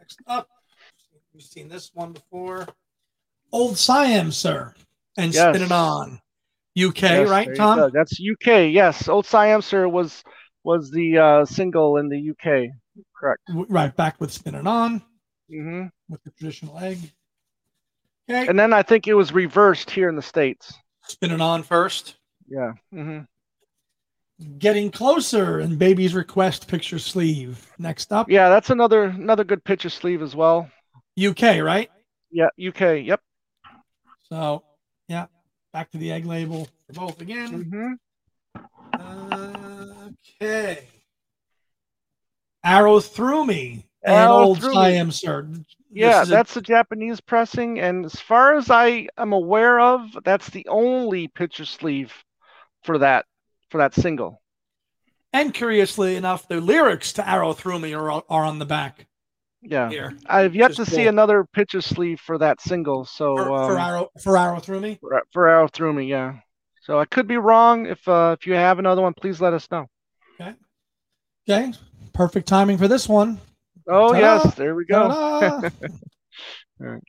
[SPEAKER 2] Next up, we've seen this one before. Old Siam, sir. And
[SPEAKER 1] Yes.
[SPEAKER 2] spin it on. UK,
[SPEAKER 1] Yes, there
[SPEAKER 2] right,
[SPEAKER 1] you
[SPEAKER 2] Tom?
[SPEAKER 1] go. That's UK. Yes, Old Siamser was was the uh, single in the UK. Correct.
[SPEAKER 2] W- Right back with spin it on
[SPEAKER 1] hmm
[SPEAKER 2] with the traditional egg. Okay.
[SPEAKER 1] And then I think it was reversed here in the states.
[SPEAKER 2] Spin it on first.
[SPEAKER 1] Yeah.
[SPEAKER 2] Mm-hmm.
[SPEAKER 1] hmm
[SPEAKER 2] Getting closer and baby's request picture sleeve. Next up,
[SPEAKER 1] Yeah, that's another another good picture sleeve as well.
[SPEAKER 2] UK, right?
[SPEAKER 1] Yeah, UK. Yep.
[SPEAKER 2] So, yeah, back to the egg label for both again.
[SPEAKER 1] hmm
[SPEAKER 2] Okay. Arrow through me. And
[SPEAKER 1] Arrow
[SPEAKER 2] old
[SPEAKER 1] Through Me.
[SPEAKER 2] I am sir. This
[SPEAKER 1] Yeah,
[SPEAKER 2] is a-
[SPEAKER 1] that's a Japanese pressing, and as far as I am aware of, that's the only picture sleeve for that for that single.
[SPEAKER 2] and curiously enough, the lyrics to Arrow Through Me are, are on the back
[SPEAKER 1] Yeah.
[SPEAKER 2] here.
[SPEAKER 1] I've yet
[SPEAKER 2] Just
[SPEAKER 1] to see
[SPEAKER 2] cool.
[SPEAKER 1] another picture sleeve for that single. So
[SPEAKER 2] For,
[SPEAKER 1] um,
[SPEAKER 2] for Arrow for Arrow Through Me.
[SPEAKER 1] Fer- Ferraro threw me, yeah. So I could be wrong. If uh, if you have another one, please let us know.
[SPEAKER 2] Okay. Perfect timing for this one.
[SPEAKER 1] Oh
[SPEAKER 2] Ta-da!
[SPEAKER 1] yes, there we go.
[SPEAKER 2] Ta-da!
[SPEAKER 1] Alright.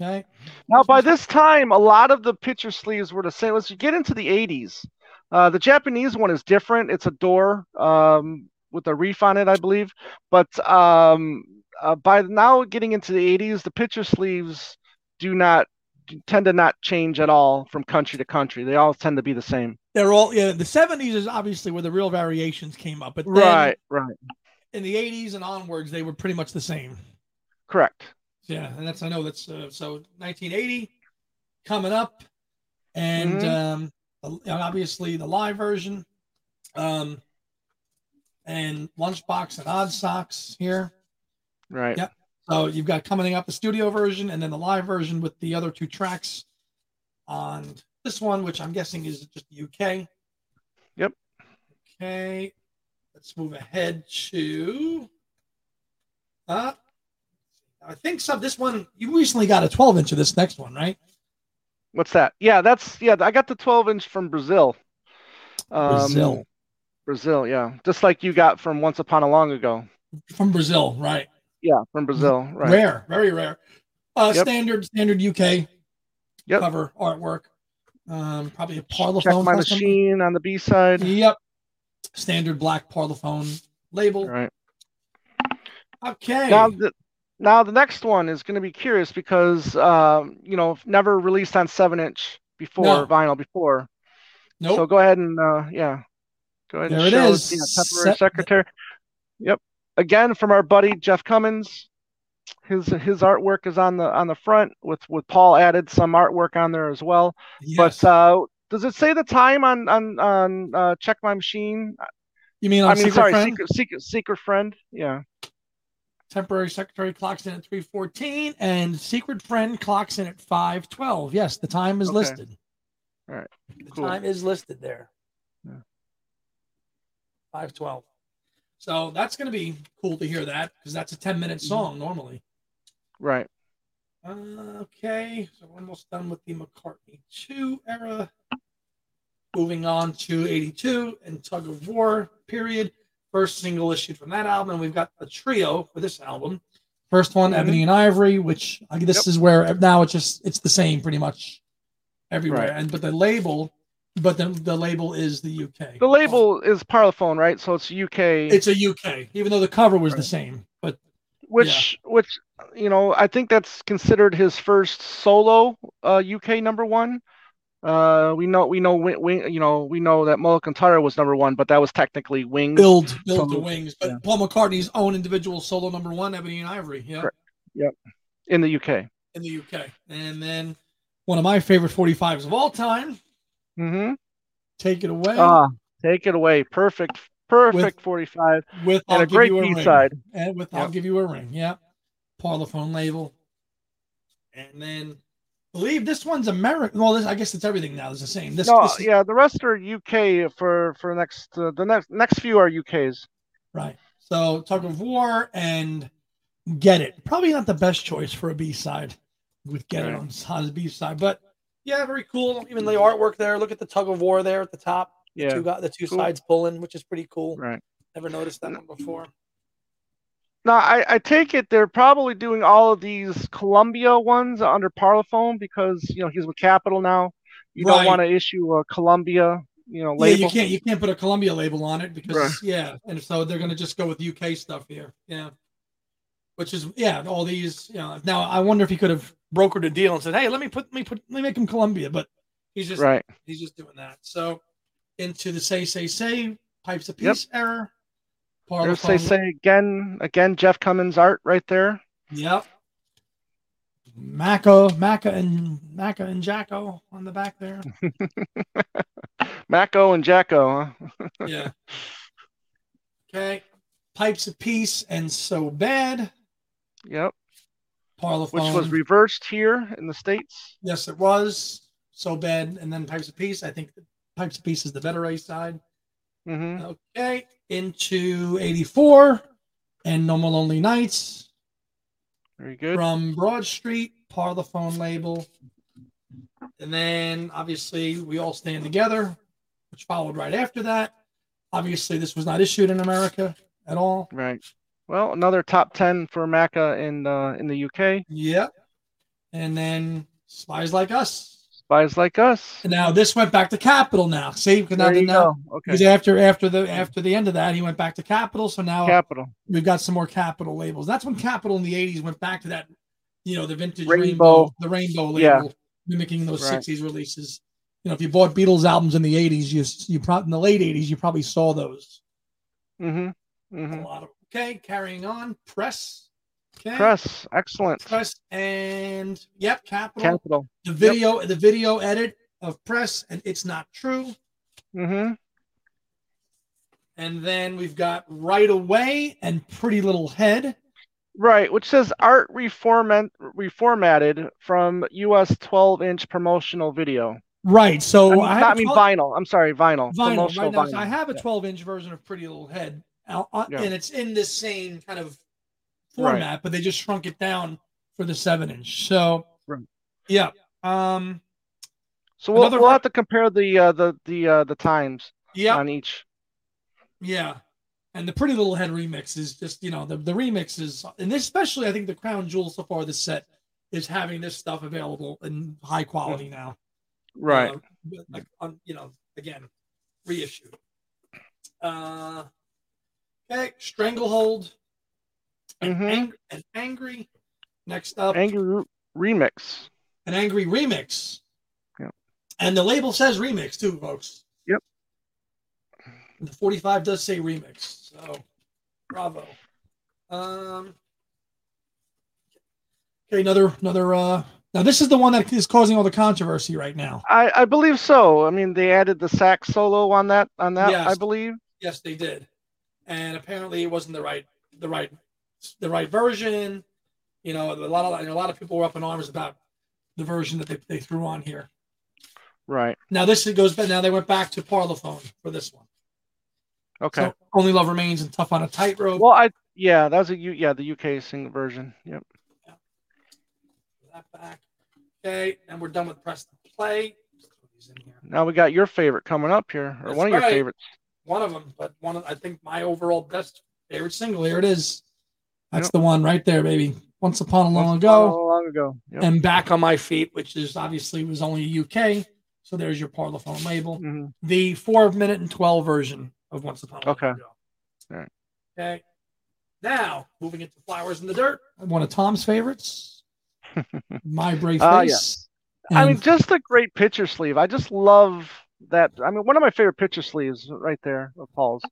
[SPEAKER 2] okay.
[SPEAKER 1] Now by this time, a lot of the picture sleeves were the same. As you get into the 80s, uh, the Japanese one is different. It's a door um, with a reef on it, I believe. But um, uh, by now, getting into the 80s, the picture sleeves do not tend to not change at all from country to country. They all tend to be the same.
[SPEAKER 2] They're all yeah, the 70s is obviously where the real variations came up, but then
[SPEAKER 1] Right, right,
[SPEAKER 2] in the 80s and onwards they were pretty much the same.
[SPEAKER 1] correct.
[SPEAKER 2] Yeah, and that's I know that's uh, so 1980 coming up, and
[SPEAKER 1] Mhm.
[SPEAKER 2] um, and obviously the live version. Um, and Lunchbox and Odd Socks here.
[SPEAKER 1] Right.
[SPEAKER 2] Yep. So you've got coming up the studio version and then the live version with the other two tracks on this one, which I'm guessing is just the UK.
[SPEAKER 1] Yep.
[SPEAKER 2] Okay. Let's move ahead to. Uh, I think some this one you recently got a 12 inch of this next one, right?
[SPEAKER 1] What's that? Yeah, that's yeah. I got the 12 inch from Brazil. Um,
[SPEAKER 2] Brazil
[SPEAKER 1] Brazil, yeah. Just like you got from Once Upon a Long Ago.
[SPEAKER 2] from Brazil, right?
[SPEAKER 1] Yeah, from Brazil.
[SPEAKER 2] Mm-hmm.
[SPEAKER 1] Right.
[SPEAKER 2] Rare, very rare. Uh,
[SPEAKER 1] Yep.
[SPEAKER 2] Standard, standard UK
[SPEAKER 1] Yep.
[SPEAKER 2] cover artwork. Um, probably a
[SPEAKER 1] Check
[SPEAKER 2] parlophone.
[SPEAKER 1] my
[SPEAKER 2] custom.
[SPEAKER 1] machine on the B side.
[SPEAKER 2] Yep. Standard black parlophone label.
[SPEAKER 1] Right.
[SPEAKER 2] Okay.
[SPEAKER 1] Now, the, now the next one is going to be curious because um, you know never released on seven inch before
[SPEAKER 2] No.
[SPEAKER 1] vinyl before.
[SPEAKER 2] nope.
[SPEAKER 1] So go ahead and uh, yeah, go ahead
[SPEAKER 2] Oh. There it
[SPEAKER 1] and show
[SPEAKER 2] is.
[SPEAKER 1] Yeah, temporary
[SPEAKER 2] Set-
[SPEAKER 1] secretary. Yep. Again from our buddy Jeff Cummins. His his artwork is on the on the front with with Paul added some artwork on there as well.
[SPEAKER 2] Yes.
[SPEAKER 1] But uh, does it say the time on on on uh, check my machine?
[SPEAKER 2] you mean on
[SPEAKER 1] I mean,
[SPEAKER 2] Oh, Secret
[SPEAKER 1] sorry,
[SPEAKER 2] Friend?
[SPEAKER 1] secret secret secret friend. Yeah.
[SPEAKER 2] Temporary Secretary clocks in at 314 and Secret Friend clocks in at 512. Yes, the time is
[SPEAKER 1] Okay.
[SPEAKER 2] listed.
[SPEAKER 1] All right.
[SPEAKER 2] The
[SPEAKER 1] Cool.
[SPEAKER 2] time is listed there.
[SPEAKER 1] Yeah.
[SPEAKER 2] 512. So that's going to be cool to hear that because that's a 10
[SPEAKER 1] Mm-hmm.
[SPEAKER 2] minute song normally.
[SPEAKER 1] Right.
[SPEAKER 2] Okay. So we're almost done with the McCartney 2 era. Moving on to 82 and Tug of War, period. First single issued from that album. And we've got a trio for this album. First one,
[SPEAKER 1] Mhm.
[SPEAKER 2] Ebony and Ivory, which I this
[SPEAKER 1] Yep.
[SPEAKER 2] is where now it's just it's the same pretty much everywhere.
[SPEAKER 1] Right.
[SPEAKER 2] And but the label, but the, the label is the UK.
[SPEAKER 1] The label is Parlophone, right? So it's UK.
[SPEAKER 2] it's a UK, even though the cover was the
[SPEAKER 1] Right.
[SPEAKER 2] same. But
[SPEAKER 1] which which you know i think that's considered his first solo uh uk number one uh we know we know Wi- Wi- you know we know that Mulligan was number one but that was technically wings
[SPEAKER 2] build build the
[SPEAKER 1] From-
[SPEAKER 2] wings. But
[SPEAKER 1] yeah.
[SPEAKER 2] Paul McCartney's own individual solo number one, Ebony and Ivory. Yeah.
[SPEAKER 1] Correct. in the uk
[SPEAKER 2] in the UK. And then one of my favorite 45s of all time.
[SPEAKER 1] mm-hmm
[SPEAKER 2] Take it away
[SPEAKER 1] ah take it away perfect perfect 45 and
[SPEAKER 2] with I'll
[SPEAKER 1] a
[SPEAKER 2] give
[SPEAKER 1] great
[SPEAKER 2] you a ring.
[SPEAKER 1] b-side
[SPEAKER 2] And with I'll
[SPEAKER 1] Yep.
[SPEAKER 2] give you a ring. Yeah. Parlophone label. And then believe this one's American. Well, this I guess it's everything now. It's the same. This,
[SPEAKER 1] no
[SPEAKER 2] this is-
[SPEAKER 1] yeah the rest are uk for for next uh, the next next few are uk's
[SPEAKER 2] right. So tug of war and get it. Probably not the best choice for a B side with get
[SPEAKER 1] Right.
[SPEAKER 2] it on, on the B side, but yeah, very cool. Even the artwork there. Look at the tug of war there at the top.
[SPEAKER 1] yeah
[SPEAKER 2] Two got the two
[SPEAKER 1] Cool.
[SPEAKER 2] sides pulling, which is pretty cool.
[SPEAKER 1] right
[SPEAKER 2] Never noticed that one before.
[SPEAKER 1] Now, I, I take it they're probably doing all of these Columbia ones under Parlophone because you know he's with Capital now. You don't
[SPEAKER 2] Right.
[SPEAKER 1] want to issue a Columbia, you know,
[SPEAKER 2] Yeah,
[SPEAKER 1] label.
[SPEAKER 2] you can't you can't put a Columbia label on it because
[SPEAKER 1] Right.
[SPEAKER 2] yeah, and so they're gonna just go with UK stuff here. Yeah. Which is yeah, all these, you know. Now I wonder if he could have brokered a deal and said, Hey, let me put let me put let me make him Columbia, but he's just
[SPEAKER 1] Right.
[SPEAKER 2] he's just doing that. So into the say say say pipes of
[SPEAKER 1] Yep.
[SPEAKER 2] peace error.
[SPEAKER 1] There's say
[SPEAKER 2] Parlophone-
[SPEAKER 1] say again again Jeff Cummins art right there.
[SPEAKER 2] Yep. Maca, Maca, and Maca and Jacko on the back there.
[SPEAKER 1] Macko and Jacko. Huh?
[SPEAKER 2] yeah. Okay. Pipes of Peace and So Bad.
[SPEAKER 1] Yep.
[SPEAKER 2] Parlophone.
[SPEAKER 1] Which was reversed here in the states.
[SPEAKER 2] yes, it was. So Bad and then Pipes of Peace. I think Pipes of Peace is the better A side.
[SPEAKER 1] hmm
[SPEAKER 2] Okay. Into 84 and No More Lonely Nights
[SPEAKER 1] Very good.
[SPEAKER 2] from Broad Street, Parlophone label. And then obviously We All Stand Together, which followed right after that. Obviously, this was not issued in America at all.
[SPEAKER 1] Right. Well, another top ten for Macca in uh, in the UK.
[SPEAKER 2] Yep. And then Spies Like Us.
[SPEAKER 1] Spies like us.
[SPEAKER 2] And now this went back to Capital now. See, because now,
[SPEAKER 1] There you
[SPEAKER 2] now
[SPEAKER 1] go. Okay.
[SPEAKER 2] because after after the after the end of that, he went back to Capital. So now
[SPEAKER 1] Capital.
[SPEAKER 2] we've got some more Capital labels. That's when Capital in the '80s went back to that, you know, the vintage
[SPEAKER 1] Rainbow.
[SPEAKER 2] rainbow, the rainbow label,
[SPEAKER 1] Yeah.
[SPEAKER 2] mimicking those
[SPEAKER 1] Right.
[SPEAKER 2] '60s releases. You know, if you bought Beatles albums in the '80s, you you probably in the late '80s, you probably saw those
[SPEAKER 1] Mm-hmm. Mm-hmm.
[SPEAKER 2] a lot of. Okay, carrying on. Press. Okay.
[SPEAKER 1] Press. Excellent.
[SPEAKER 2] Press and yep, Capital.
[SPEAKER 1] Capital.
[SPEAKER 2] the video the video edit of press and it's not true
[SPEAKER 1] Mm-hmm.
[SPEAKER 2] And then we've got Right Away and Pretty Little Head.
[SPEAKER 1] Right, which says art reformat reformatted from US 12 inch promotional video.
[SPEAKER 2] Right. So
[SPEAKER 1] I mean,
[SPEAKER 2] have
[SPEAKER 1] not, I
[SPEAKER 2] Oh, a
[SPEAKER 1] mean
[SPEAKER 2] 12
[SPEAKER 1] vinyl. I'm sorry, vinyl.
[SPEAKER 2] vinyl
[SPEAKER 1] promotional
[SPEAKER 2] right now.
[SPEAKER 1] vinyl.
[SPEAKER 2] So I have a
[SPEAKER 1] Yeah.
[SPEAKER 2] 12 inch version of Pretty Little Head, uh, uh,
[SPEAKER 1] Yeah.
[SPEAKER 2] and it's in this same kind of
[SPEAKER 1] Right.
[SPEAKER 2] format, but they just shrunk it down for the seven inch. So,
[SPEAKER 1] Right.
[SPEAKER 2] yeah. Um,
[SPEAKER 1] So we'll,
[SPEAKER 2] Another
[SPEAKER 1] we'll
[SPEAKER 2] vi-
[SPEAKER 1] have to compare the uh, the the uh, the times
[SPEAKER 2] yeah,
[SPEAKER 1] on each.
[SPEAKER 2] yeah. And the Pretty Little Head remix is just, you know, the, the remix is, and this especially, I think the crown jewel so far this set is having this stuff available in high quality now.
[SPEAKER 1] Right.
[SPEAKER 2] uh, with, like on you know again reissued uh okay stranglehold and
[SPEAKER 1] Mhm.
[SPEAKER 2] ang- an angry next up
[SPEAKER 1] Angry Root remix.
[SPEAKER 2] an angry remix
[SPEAKER 1] Yep.
[SPEAKER 2] and the label says remix too folks
[SPEAKER 1] Yep.
[SPEAKER 2] And the 45 does say remix so bravo um okay another another uh now this is the one that is causing all the controversy right now
[SPEAKER 1] I, I believe so. I mean, they added the sax solo on that on that. I
[SPEAKER 2] Yes.
[SPEAKER 1] believe.
[SPEAKER 2] Yes, they did. And apparently, it wasn't the right, the right, the right version. You know, a lot of a lot of people were up in arms about the version that they, they threw on here.
[SPEAKER 1] Right.
[SPEAKER 2] Now this goes back. Now they went back to Parlophone for this one.
[SPEAKER 1] Okay.
[SPEAKER 2] So only love remains and tough on a tightrope.
[SPEAKER 1] well, I yeah, that was a U, yeah the UK single version. Yep.
[SPEAKER 2] That back. Okay, and we're done with press to play. Let's throw these in here.
[SPEAKER 1] Now we got your favorite coming up here, or
[SPEAKER 2] That's
[SPEAKER 1] one of your
[SPEAKER 2] right.
[SPEAKER 1] favorites.
[SPEAKER 2] One of them, but one of I think my overall best favorite single. Here it is. That's
[SPEAKER 1] Yep.
[SPEAKER 2] the one right there, baby. Once upon a long
[SPEAKER 1] Once
[SPEAKER 2] ago.
[SPEAKER 1] Upon a Long ago. Yep.
[SPEAKER 2] and back on my feet, which is obviously was only UK. So there's your Parlophone label.
[SPEAKER 1] Mhm.
[SPEAKER 2] The four minute and 12 version of Once Upon a
[SPEAKER 1] Okay.
[SPEAKER 2] Long Ago.
[SPEAKER 1] All right.
[SPEAKER 2] Okay. Now, moving into Flowers in the Dirt, one of Tom's favorites, My Brave Face.
[SPEAKER 1] Ah, yes. I mean,
[SPEAKER 2] and-
[SPEAKER 1] just a great picture sleeve. I just love that. I mean, one of my favorite picture sleeves right there of Paul's.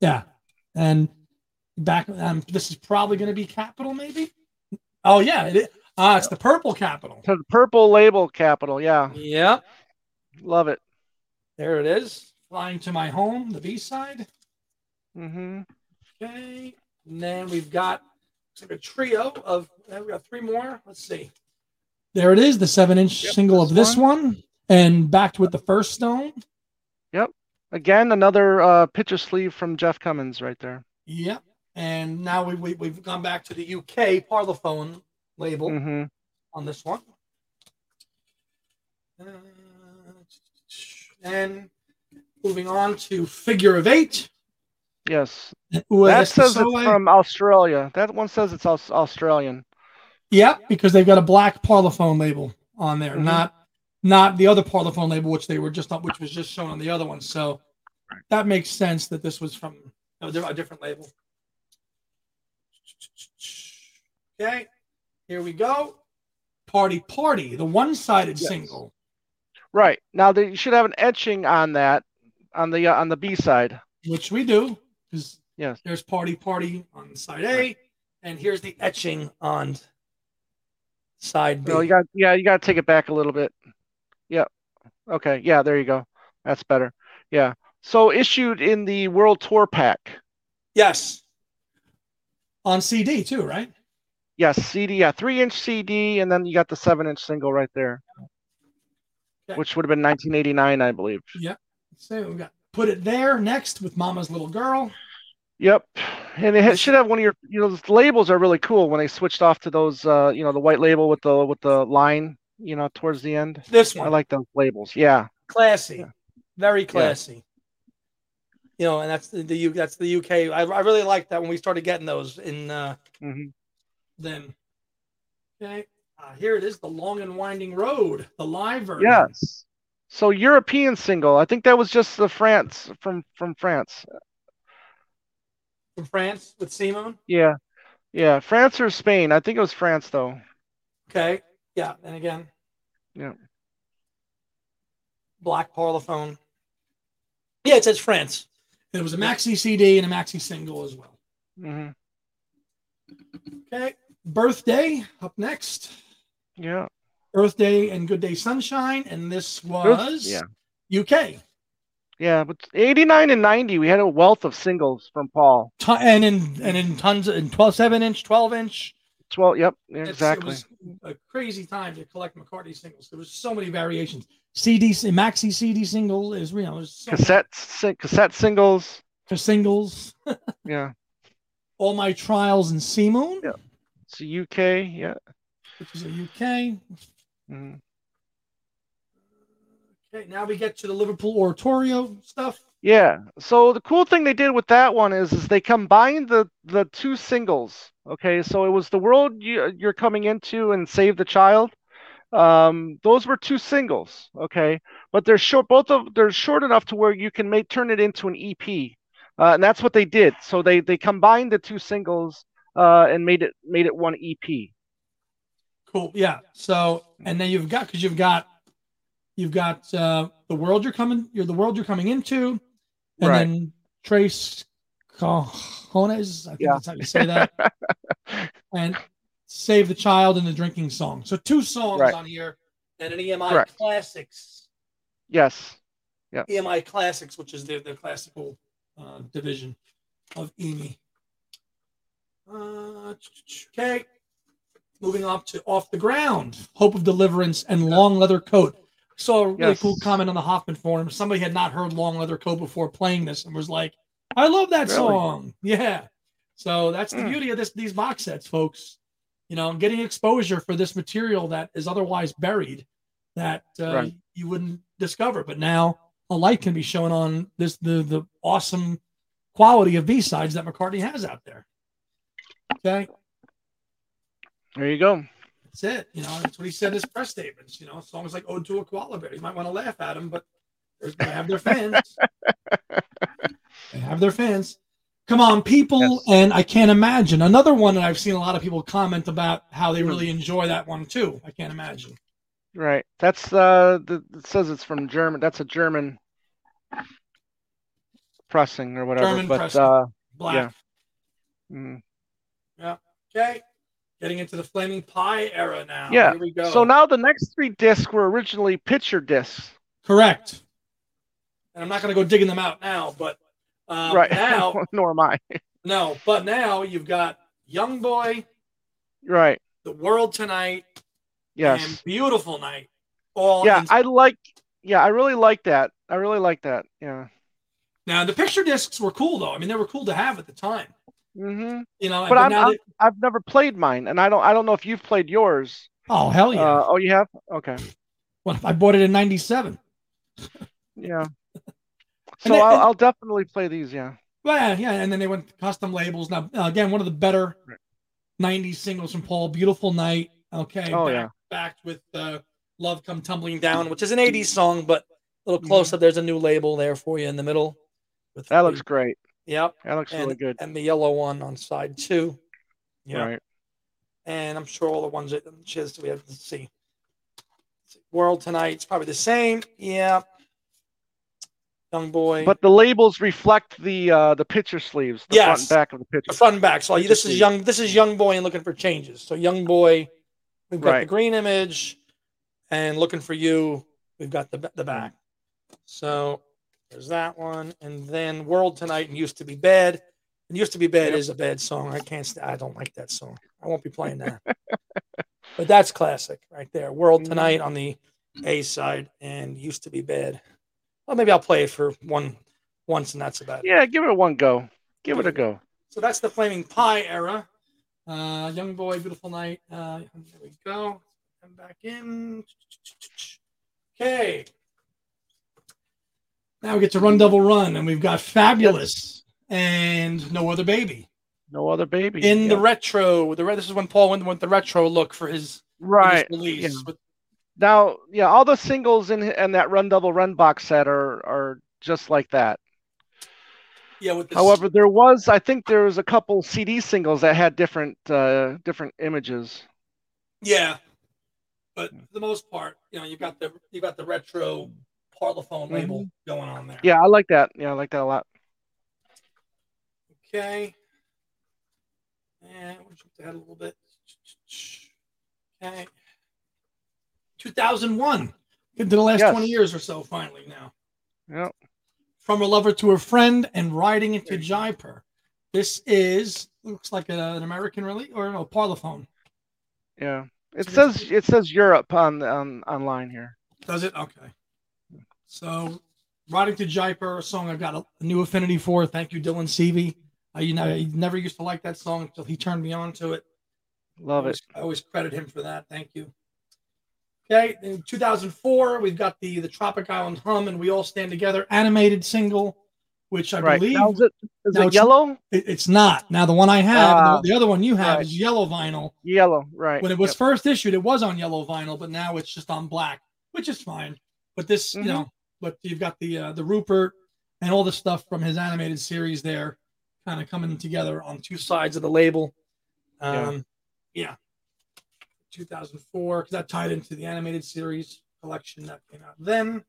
[SPEAKER 2] yeah. And back, um, this is probably going to be Capital, maybe? Oh, yeah. It, is. ah, it's the purple Capital.
[SPEAKER 1] So the purple label capital. Yeah,
[SPEAKER 2] Yep.
[SPEAKER 1] love it.
[SPEAKER 2] There it is. Flying to My Home, the B side.
[SPEAKER 1] hmm
[SPEAKER 2] Okay, and then we've got it's like a trio of. We've got three more. Let's see. There it is, the seven-inch
[SPEAKER 1] Yep,
[SPEAKER 2] single of
[SPEAKER 1] this
[SPEAKER 2] this one. and backed with the first stone.
[SPEAKER 1] Again, another uh, picture sleeve from Jeff Cummins right there.
[SPEAKER 2] Yep. And now we, we we've gone back to the UK Parlophone label
[SPEAKER 1] hmm
[SPEAKER 2] on this one. Uh, And moving on to figure of eight.
[SPEAKER 1] Yes,
[SPEAKER 2] Uwe
[SPEAKER 1] that says
[SPEAKER 2] Espesoe.
[SPEAKER 1] it's from Australia. That one says it's aus- Australian.
[SPEAKER 2] Yep, because they've got a black Parlophone label on there,
[SPEAKER 1] Mhm.
[SPEAKER 2] not not the other Parlophone label, which they were just up, which was just shown on the other one. So that makes sense that this was from a di- a different label. Okay, here we go. Party, party, the one-sided
[SPEAKER 1] Yes.
[SPEAKER 2] single.
[SPEAKER 1] Right now, they, you should have an etching on that, on the uh, on the B side.
[SPEAKER 2] which we do because
[SPEAKER 1] Yes.
[SPEAKER 2] there's party party on side A, and here's the etching on side B.
[SPEAKER 1] No, you got yeah, you got to take it back a little bit. Yeah. Okay. Yeah, there you go. That's better. Yeah. So issued in the World Tour pack.
[SPEAKER 2] yes, on CD too, right?
[SPEAKER 1] Yes, CD, yeah, three inch CD, and then you got the seven inch single right there,
[SPEAKER 2] Okay.
[SPEAKER 1] which would have been 1989, I believe.
[SPEAKER 2] So we got put it there next with Mama's Little Girl.
[SPEAKER 1] Yep. And it ha- should have one of your, you know, those labels are really cool when they switched off to those, uh, you know, the white label with the with the line, you know, towards the end.
[SPEAKER 2] This
[SPEAKER 1] I
[SPEAKER 2] one,
[SPEAKER 1] like those labels. Yeah.
[SPEAKER 2] classy,
[SPEAKER 1] Yeah.
[SPEAKER 2] very classy. You know, and that's the, the U. That's the UK. I, I really liked that when we started getting those in uh,
[SPEAKER 1] hmm
[SPEAKER 2] them. Okay, uh, here it is, the long and winding road, the live version.
[SPEAKER 1] Yes. So European single, I think that was just the France from from France.
[SPEAKER 2] from France with Simon.
[SPEAKER 1] Yeah. Yeah, France or Spain. I think it was France though.
[SPEAKER 2] Okay. Yeah. And again.
[SPEAKER 1] Yeah.
[SPEAKER 2] Black Parlophone. Yeah, it says France. And it was a maxi CD and a maxi single as well.
[SPEAKER 1] hmm
[SPEAKER 2] Okay. Birthday up next.
[SPEAKER 1] Yeah.
[SPEAKER 2] Earth Day and Good Day Sunshine. And this
[SPEAKER 1] It was-
[SPEAKER 2] was
[SPEAKER 1] yeah.
[SPEAKER 2] UK.
[SPEAKER 1] Yeah, but 89 and 90, we had a wealth of singles from Paul.
[SPEAKER 2] Ton- and in and in tons of, in 12 7 inch 12 inch
[SPEAKER 1] 12, yep, yeah,
[SPEAKER 2] It's-
[SPEAKER 1] exactly.
[SPEAKER 2] it was a crazy time to collect mccartney singles there was so many variations cd maxi cd single is you know there's so many
[SPEAKER 1] Cassette, sing- cassette singles.
[SPEAKER 2] for singles
[SPEAKER 1] Yeah.
[SPEAKER 2] all my trials in sea moon
[SPEAKER 1] Yeah. It's the UK. Yeah.
[SPEAKER 2] which is a uk
[SPEAKER 1] Mhm.
[SPEAKER 2] okay now we get to the liverpool oratorio stuff
[SPEAKER 1] Yeah. So the cool thing they did with that one is, is they combined the the two singles. Okay, so it was the world you, you're coming into and save the child. Um, those were two singles. Okay, but they're short. Both of they're short enough to where you can make turn it into an EP, uh, and that's what they did. So they they combined the two singles uh, and made it made it one E EP.
[SPEAKER 2] cool yeah so and then you've got because you've got you've got uh the world you're coming you're the world you're coming into and
[SPEAKER 1] Right.
[SPEAKER 2] then trace cojones i think
[SPEAKER 1] Yeah.
[SPEAKER 2] that's how you say that and save the child and the drinking song so two songs
[SPEAKER 1] Right.
[SPEAKER 2] on here and an emi
[SPEAKER 1] Correct.
[SPEAKER 2] classics
[SPEAKER 1] Yes.
[SPEAKER 2] emi E classics which is their, their classical uh, division of emi uh, okay moving on to off the ground hope of deliverance and long leather coat saw a really
[SPEAKER 1] Yes.
[SPEAKER 2] cool comment on the hoffman forum somebody had not heard long leather coat before playing this and was like i love that
[SPEAKER 1] Really?
[SPEAKER 2] song yeah so that's the
[SPEAKER 1] Mm.
[SPEAKER 2] beauty of this these box sets folks you know getting exposure for this material that is otherwise buried that uh,
[SPEAKER 1] Right.
[SPEAKER 2] you wouldn't discover but now a light can be shown on this the the awesome quality of b-sides that mccartney has out there okay
[SPEAKER 1] There you go.
[SPEAKER 2] that's it. You know, that's what he said in his press statements. You know, songs like "Ode to a Koala Bear." You might want to laugh at him, but there's- they have their fans. they have their fans. Come on, people,
[SPEAKER 1] Yes.
[SPEAKER 2] and I can't imagine another one that I've seen a lot of people comment about how
[SPEAKER 1] Hmm.
[SPEAKER 2] they really enjoy that one too. I can't imagine.
[SPEAKER 1] Right. That's uh the, it says it's from German. That's a German pressing or whatever.
[SPEAKER 2] German
[SPEAKER 1] but
[SPEAKER 2] pressing.
[SPEAKER 1] uh
[SPEAKER 2] Black.
[SPEAKER 1] mm.
[SPEAKER 2] Okay. Getting into the flaming pie era now.
[SPEAKER 1] Yeah.
[SPEAKER 2] Here we go.
[SPEAKER 1] so now the next three discs were originally picture discs.
[SPEAKER 2] correct. And I'm not going to go digging them out now, but um,
[SPEAKER 1] right.
[SPEAKER 2] now
[SPEAKER 1] Nor am I.
[SPEAKER 2] no, but now you've got Young Boy,
[SPEAKER 1] Right.
[SPEAKER 2] The World Tonight,
[SPEAKER 1] Yes.
[SPEAKER 2] and beautiful night. All
[SPEAKER 1] yeah,
[SPEAKER 2] in-
[SPEAKER 1] I like yeah, I really like that. I really like that. Yeah.
[SPEAKER 2] now the picture discs were cool though. I mean, they were cool to have at the time.
[SPEAKER 1] hmm
[SPEAKER 2] You know,
[SPEAKER 1] But
[SPEAKER 2] but
[SPEAKER 1] I'm-
[SPEAKER 2] now they-
[SPEAKER 1] I've never played mine and I don't I don't know if you've played yours.
[SPEAKER 2] oh hell yeah!
[SPEAKER 1] Uh, oh you have? Okay.
[SPEAKER 2] well, I bought it in '97.
[SPEAKER 1] Yeah.
[SPEAKER 2] And
[SPEAKER 1] So
[SPEAKER 2] they-
[SPEAKER 1] I'll,
[SPEAKER 2] and-
[SPEAKER 1] I'll definitely play these, yeah.
[SPEAKER 2] Well, yeah, yeah, and then they went to custom labels. Now uh, again, one of the better
[SPEAKER 1] Right.
[SPEAKER 2] '90s singles from Paul, "Beautiful Night." Okay,
[SPEAKER 1] Oh,
[SPEAKER 2] back-
[SPEAKER 1] yeah.
[SPEAKER 2] backed with uh, "Love Come Tumbling Down," which is an '80s song, but a little
[SPEAKER 1] Mhm.
[SPEAKER 2] close up. There's a new label there for you in the middle. With
[SPEAKER 1] That
[SPEAKER 2] the-
[SPEAKER 1] looks great.
[SPEAKER 2] yep,
[SPEAKER 1] That looks
[SPEAKER 2] and,
[SPEAKER 1] really good.
[SPEAKER 2] and the yellow one on side two. Yeah.
[SPEAKER 1] Right.
[SPEAKER 2] and I'm sure all the ones that she has we have to see. World tonight, it's probably the same. Yeah. Young boy.
[SPEAKER 1] But the labels reflect the uh, the picture sleeves, the front
[SPEAKER 2] Yes.
[SPEAKER 1] and back of the
[SPEAKER 2] the
[SPEAKER 1] picture.
[SPEAKER 2] front and back. So like, this
[SPEAKER 1] Just
[SPEAKER 2] is
[SPEAKER 1] the-
[SPEAKER 2] young this is young boy and looking for changes. So young boy, we've got the
[SPEAKER 1] Right.
[SPEAKER 2] green image, and looking for you, we've got the the back.
[SPEAKER 1] Hmm.
[SPEAKER 2] So there's that one. And then World Tonight and Used to Be Bad. And Used to Be Bad
[SPEAKER 1] Yep.
[SPEAKER 2] is a bad song. I can't st- I don't like that song. I won't be playing that. but that's classic right there. World
[SPEAKER 1] Mhm.
[SPEAKER 2] Tonight on the A side and Used to Be Bad. Well, maybe I'll play it for one once and that's about it.
[SPEAKER 1] Yeah, give it one go. Give it a go.
[SPEAKER 2] So that's the Flaming Pie era. Uh, young boy, beautiful night. Uh, there we go. Come back in. Okay. Now we get to Run Double Run, and we've got Fabulous and No Other Baby
[SPEAKER 1] No other baby.
[SPEAKER 2] in the
[SPEAKER 1] Yeah.
[SPEAKER 2] retro. with The re- this is when Paul went with the retro look for his, for his
[SPEAKER 1] right
[SPEAKER 2] release.
[SPEAKER 1] yeah.
[SPEAKER 2] With-
[SPEAKER 1] now, yeah, all the singles in and that Run Double Run box set are are just like that.
[SPEAKER 2] yeah, with this,
[SPEAKER 1] However, there was I think there was a couple CD singles that had different uh, different images.
[SPEAKER 2] yeah. But for the most part, you know, you've got the you got the retro parlophone label
[SPEAKER 1] Mm-hmm.
[SPEAKER 2] going on there.
[SPEAKER 1] Yeah, I like that. Yeah, I like that a lot.
[SPEAKER 2] Okay. And we'll jump ahead a little bit. Okay. 2001. Into the last
[SPEAKER 1] Yes.
[SPEAKER 2] 20 years or so, finally now.
[SPEAKER 1] Yeah.
[SPEAKER 2] From a lover to a friend and riding into Jaipur. This is looks like a- an American release or no Parlophone.
[SPEAKER 1] Yeah. It
[SPEAKER 2] So this
[SPEAKER 1] says it says Europe on the- on online here.
[SPEAKER 2] Does it? Okay. So, Riding to Jaipur, a song I've got a, new affinity for. Thank you, Dylan Seavey. I, you know, I never used to like that song until he turned me on to it.
[SPEAKER 1] Love it.
[SPEAKER 2] always- I always credit him for that. Thank you. Okay, in 2004, we've got the the Tropic Island Hum and We All Stand Together animated single, which I
[SPEAKER 1] right.
[SPEAKER 2] believe
[SPEAKER 1] Now is it is
[SPEAKER 2] now
[SPEAKER 1] it
[SPEAKER 2] it's-
[SPEAKER 1] yellow?
[SPEAKER 2] it- it's not. Now the one I have, and
[SPEAKER 1] Ah,
[SPEAKER 2] the, the other one you have,
[SPEAKER 1] right.
[SPEAKER 2] is yellow vinyl.
[SPEAKER 1] Yellow, right.
[SPEAKER 2] When it was first issued, it was on yellow vinyl, but now it's just on black, which is fine. But this,
[SPEAKER 1] Mhm.
[SPEAKER 2] you know, but you've got the uh, the Rupert and all the stuff from his animated series there, kind of coming together on two sides of the label.
[SPEAKER 1] Yeah.
[SPEAKER 2] Um, yeah. 2004, because that tied into the animated series collection that came out then.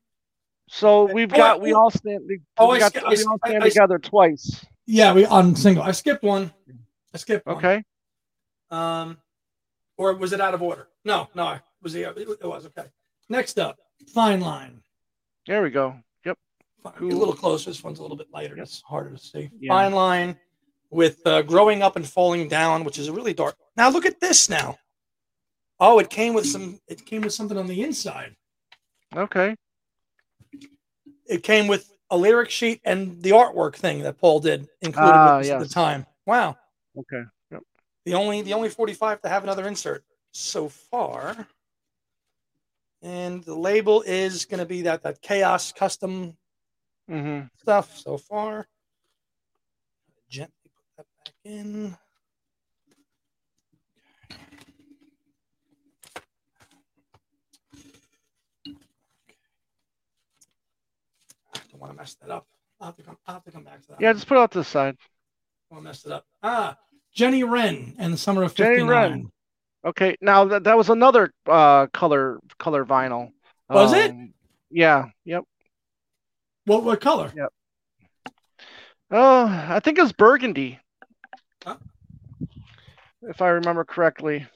[SPEAKER 1] So we've
[SPEAKER 2] Oh, I-
[SPEAKER 1] got we all stand we
[SPEAKER 2] Oh, I
[SPEAKER 1] got
[SPEAKER 2] sk-
[SPEAKER 1] the-
[SPEAKER 2] I
[SPEAKER 1] we
[SPEAKER 2] sk-
[SPEAKER 1] all
[SPEAKER 2] I-
[SPEAKER 1] stand
[SPEAKER 2] I sk-
[SPEAKER 1] together twice.
[SPEAKER 2] Yeah, we on single. I skipped one. I skipped one.
[SPEAKER 1] Okay.
[SPEAKER 2] Um, or was it out of order? No, no, I was the it was okay. Next up, Fine Line.
[SPEAKER 1] There we go. Yep.
[SPEAKER 2] Fine, A little closer. This one's a little bit lighter. It's harder to see.
[SPEAKER 1] Yeah.
[SPEAKER 2] Fine Line with uh, Growing Up and Falling Down, which is a really dark. Now look at this now. Oh, it came with some. It came with something on the inside.
[SPEAKER 1] Okay.
[SPEAKER 2] It came with a lyric sheet and the artwork thing that Paul did included
[SPEAKER 1] Ah,
[SPEAKER 2] with this at
[SPEAKER 1] yes.
[SPEAKER 2] the time. Wow.
[SPEAKER 1] Okay.
[SPEAKER 2] The only the only 45 to have another insert so far. And the label is going to be that that chaos custom
[SPEAKER 1] Mm-hmm.
[SPEAKER 2] stuff so far. Gently put that back in. I don't want to mess that up. I'll have to come, I'll have to come back to that.
[SPEAKER 1] Yeah, just put it out to the side.
[SPEAKER 2] I messed it up. Ah, Jenny Wren and the summer of
[SPEAKER 1] Jenny
[SPEAKER 2] 59.
[SPEAKER 1] Wren. Okay. Now that that was another uh color color vinyl. Um,
[SPEAKER 2] Was it?
[SPEAKER 1] Yeah. Yep.
[SPEAKER 2] What what color?
[SPEAKER 1] Oh, I think it's burgundy.
[SPEAKER 2] Huh?
[SPEAKER 1] If I remember correctly.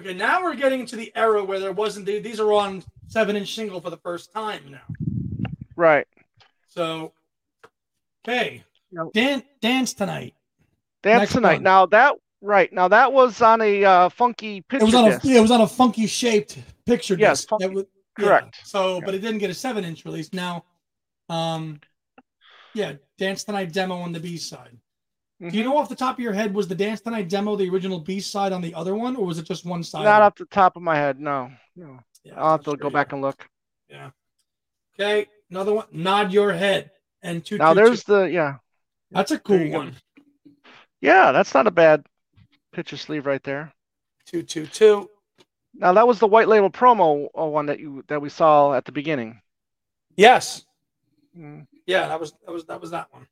[SPEAKER 2] Okay, now we're getting into the era where there wasn't the, these are on seven inch single for the first time now.
[SPEAKER 1] Right.
[SPEAKER 2] So okay.
[SPEAKER 1] No.
[SPEAKER 2] Dan, dance tonight.
[SPEAKER 1] Dance
[SPEAKER 2] Next
[SPEAKER 1] tonight.
[SPEAKER 2] one.
[SPEAKER 1] Now that right. Now that was on a uh, funky
[SPEAKER 2] It
[SPEAKER 1] picture
[SPEAKER 2] was on a
[SPEAKER 1] disc.
[SPEAKER 2] yeah, it was on a funky shaped picture
[SPEAKER 1] Yes,
[SPEAKER 2] disc.
[SPEAKER 1] funky.
[SPEAKER 2] That was, yeah.
[SPEAKER 1] Correct.
[SPEAKER 2] So but it didn't get a seven inch release. Now um yeah, Dance Tonight demo on the B side. Do
[SPEAKER 1] Mm-hmm.
[SPEAKER 2] you know off the top of your head, was the Dance Tonight demo the original B side on the other one, or was it just one side?
[SPEAKER 1] Not off the top of my head. No. No.
[SPEAKER 2] Yeah,
[SPEAKER 1] I'll have to
[SPEAKER 2] sure,
[SPEAKER 1] go
[SPEAKER 2] yeah.
[SPEAKER 1] back and look.
[SPEAKER 2] Okay, another one. Nod your head and two.
[SPEAKER 1] Now
[SPEAKER 2] two,
[SPEAKER 1] there's
[SPEAKER 2] two.
[SPEAKER 1] the yeah.
[SPEAKER 2] that's a
[SPEAKER 1] there
[SPEAKER 2] cool
[SPEAKER 1] you go.
[SPEAKER 2] one.
[SPEAKER 1] Yeah, that's not a bad picture sleeve right there.
[SPEAKER 2] Two two two.
[SPEAKER 1] Now that was the white label promo uh, one that you that we saw at the beginning.
[SPEAKER 2] Yes,
[SPEAKER 1] Mm.
[SPEAKER 2] yeah, that was that was that was that one.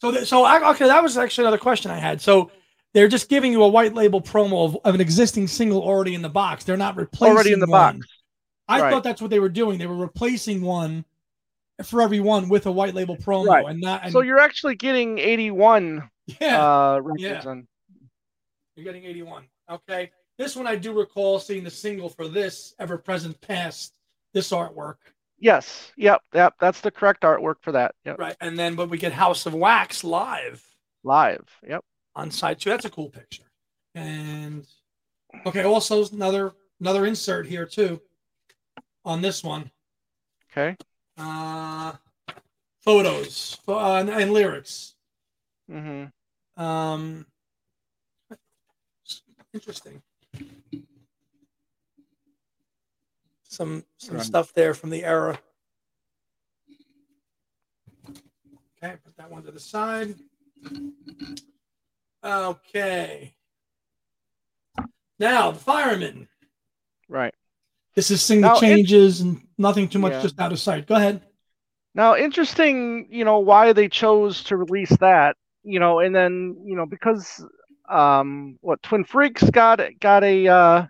[SPEAKER 2] So that so I, okay, that was actually another question I had. So they're just giving you a white label promo of, of an existing single already in the box. They're not replacing
[SPEAKER 1] Already in the
[SPEAKER 2] one.
[SPEAKER 1] box.
[SPEAKER 2] I
[SPEAKER 1] Right.
[SPEAKER 2] thought that's what they were doing. They were replacing one for every one with a white label promo
[SPEAKER 1] Right.
[SPEAKER 2] and not. And,
[SPEAKER 1] So you're actually getting 81
[SPEAKER 2] yeah.
[SPEAKER 1] uh records on.
[SPEAKER 2] You're getting 81. Okay. This one I do recall seeing the single for this ever present past this artwork.
[SPEAKER 1] Yes. Yep. Yep. That's the correct artwork for that. Yep.
[SPEAKER 2] Right. And then but we get House of Wax live
[SPEAKER 1] Live. Yep.
[SPEAKER 2] on side two. That's a cool picture. And okay, also another another insert here too on this one.
[SPEAKER 1] Okay.
[SPEAKER 2] Uh photos pho- uh, and, and lyrics.
[SPEAKER 1] Mm-hmm.
[SPEAKER 2] Um interesting. Some some
[SPEAKER 1] Right.
[SPEAKER 2] stuff there from the era. Okay, put that one to the side. Okay. Now the fireman.
[SPEAKER 1] Right.
[SPEAKER 2] This is sing
[SPEAKER 1] Now,
[SPEAKER 2] the
[SPEAKER 1] it-
[SPEAKER 2] changes and nothing too much,
[SPEAKER 1] Yeah.
[SPEAKER 2] just out of sight. Go ahead.
[SPEAKER 1] Now, interesting, you know, why they chose to release that, you know, and then, you know, because um what Twin Freaks got got a uh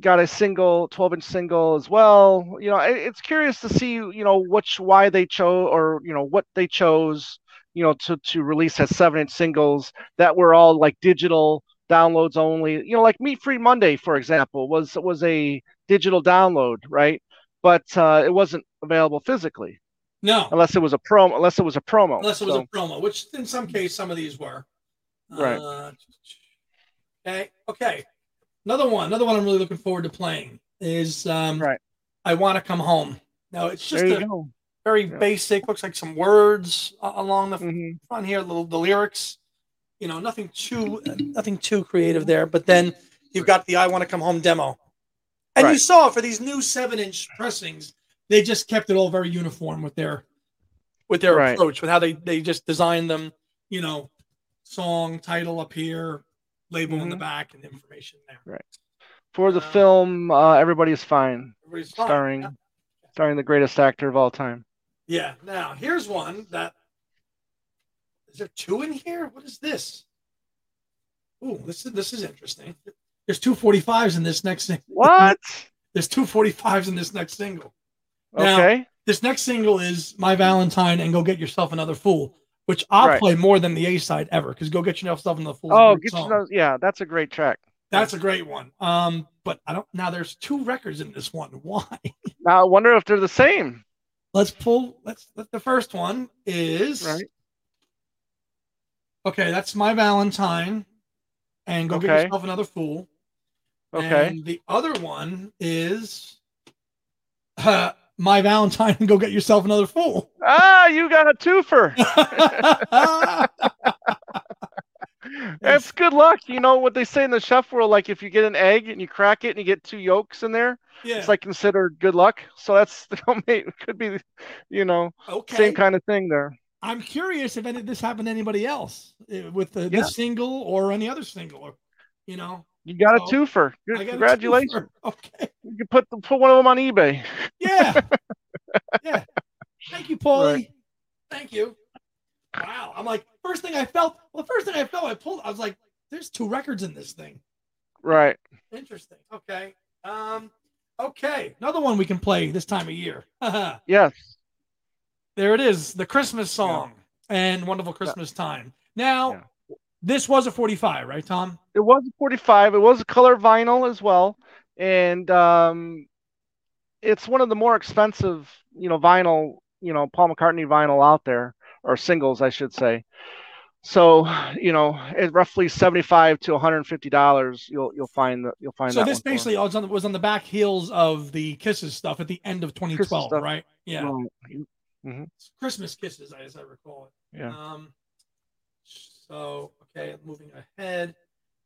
[SPEAKER 1] got a single 12 inch single as well you know it, it's curious to see you know which why they chose or you know what they chose you know to to release as seven inch singles that were all like digital downloads only you know like meat free monday for example was was a digital download right but uh, it wasn't available physically
[SPEAKER 2] No,
[SPEAKER 1] unless it was a promo. Unless it was a promo.
[SPEAKER 2] unless it was
[SPEAKER 1] So,
[SPEAKER 2] a promo, which in some case some of these were.
[SPEAKER 1] Right.
[SPEAKER 2] Uh, okay. Okay. Another one. Another one I'm really looking forward to playing is um,
[SPEAKER 1] Right.
[SPEAKER 2] I want to come home. No, it's just
[SPEAKER 1] there you
[SPEAKER 2] a
[SPEAKER 1] go.
[SPEAKER 2] very
[SPEAKER 1] Yeah.
[SPEAKER 2] basic. Looks like some words a- along the
[SPEAKER 1] Mhm.
[SPEAKER 2] front here, little the lyrics. You know, nothing too nothing too creative there. But then you've got the "I Want to Come Home" demo, and you
[SPEAKER 1] Right.
[SPEAKER 2] saw for these new seven-inch pressings, they just kept it all very uniform with their with their
[SPEAKER 1] Right.
[SPEAKER 2] approach, with how they they just designed them. You know, song title up here, label
[SPEAKER 1] Mm-hmm.
[SPEAKER 2] in the back, and information there.
[SPEAKER 1] For the
[SPEAKER 2] Uh,
[SPEAKER 1] film, uh, everybody is fine,
[SPEAKER 2] Everybody's fine.
[SPEAKER 1] starring starring the greatest actor of all time.
[SPEAKER 2] Yeah. Now here's one that is there two in here? What is this? Oh, this is this is interesting. There's two forty fives in this next single.
[SPEAKER 1] What?
[SPEAKER 2] There's two forty fives in this next single. Now-
[SPEAKER 1] Okay.
[SPEAKER 2] This next single is My Valentine and Go Get Yourself Another Fool, which I'll
[SPEAKER 1] Right.
[SPEAKER 2] play more than the A side ever because Go Get Yourself Another Fool. is a
[SPEAKER 1] Oh,
[SPEAKER 2] great
[SPEAKER 1] get
[SPEAKER 2] song.
[SPEAKER 1] you know, yeah, that's a great track.
[SPEAKER 2] That's a great one. Um, but I don't now there's two records in this one. Why?
[SPEAKER 1] Now I wonder if they're the same.
[SPEAKER 2] Let's pull let's let the first one is
[SPEAKER 1] Right.
[SPEAKER 2] Okay, that's my Valentine. And go get
[SPEAKER 1] Okay.
[SPEAKER 2] yourself another fool.
[SPEAKER 1] Okay.
[SPEAKER 2] And the other one is uh, my Valentine and go get yourself another fool.
[SPEAKER 1] Ah, you got a twofer. That's good luck. You know what they say in the chef world, like if you get an egg and you crack it and you get two yolks in there,
[SPEAKER 2] yeah.
[SPEAKER 1] it's like considered good luck. So that's it could be, you know,
[SPEAKER 2] okay.
[SPEAKER 1] same kind of thing there.
[SPEAKER 2] I'm curious if any this happened to anybody else uh, with the,
[SPEAKER 1] Yeah.
[SPEAKER 2] this single or any other single or you know.
[SPEAKER 1] You got a
[SPEAKER 2] So,
[SPEAKER 1] twofer. Good,
[SPEAKER 2] I got a
[SPEAKER 1] congratulations.
[SPEAKER 2] twofer. Okay.
[SPEAKER 1] You can put the, put one of them on eBay.
[SPEAKER 2] Yeah. yeah. Thank you, Paulie.
[SPEAKER 1] Right.
[SPEAKER 2] Thank you. Wow. I'm like, first thing I felt, well, first thing I felt, I pulled, I was like, there's two records in this thing.
[SPEAKER 1] Right.
[SPEAKER 2] Interesting. Okay. Um, okay. Another one we can play this time of year. there
[SPEAKER 1] Yes.
[SPEAKER 2] it is. The Christmas song and Wonderful Christmas Time. Now,
[SPEAKER 1] Yeah.
[SPEAKER 2] this was a 45, right, Tom?
[SPEAKER 1] It was a 45. It was a color vinyl as well. And um it's one of the more expensive, you know, vinyl, you know, Paul McCartney vinyl out there or singles I should say. So, you know, at roughly 75 to 150 dollars, you'll you'll find that you'll find
[SPEAKER 2] so
[SPEAKER 1] that
[SPEAKER 2] this
[SPEAKER 1] one for.
[SPEAKER 2] basically was on, the, was on the back heels of the Kisses stuff at the end of 2012,
[SPEAKER 1] stuff.
[SPEAKER 2] right? Yeah.
[SPEAKER 1] Well,
[SPEAKER 2] Christmas Kisses, as I recall it.
[SPEAKER 1] yeah.
[SPEAKER 2] Um, so okay, moving ahead.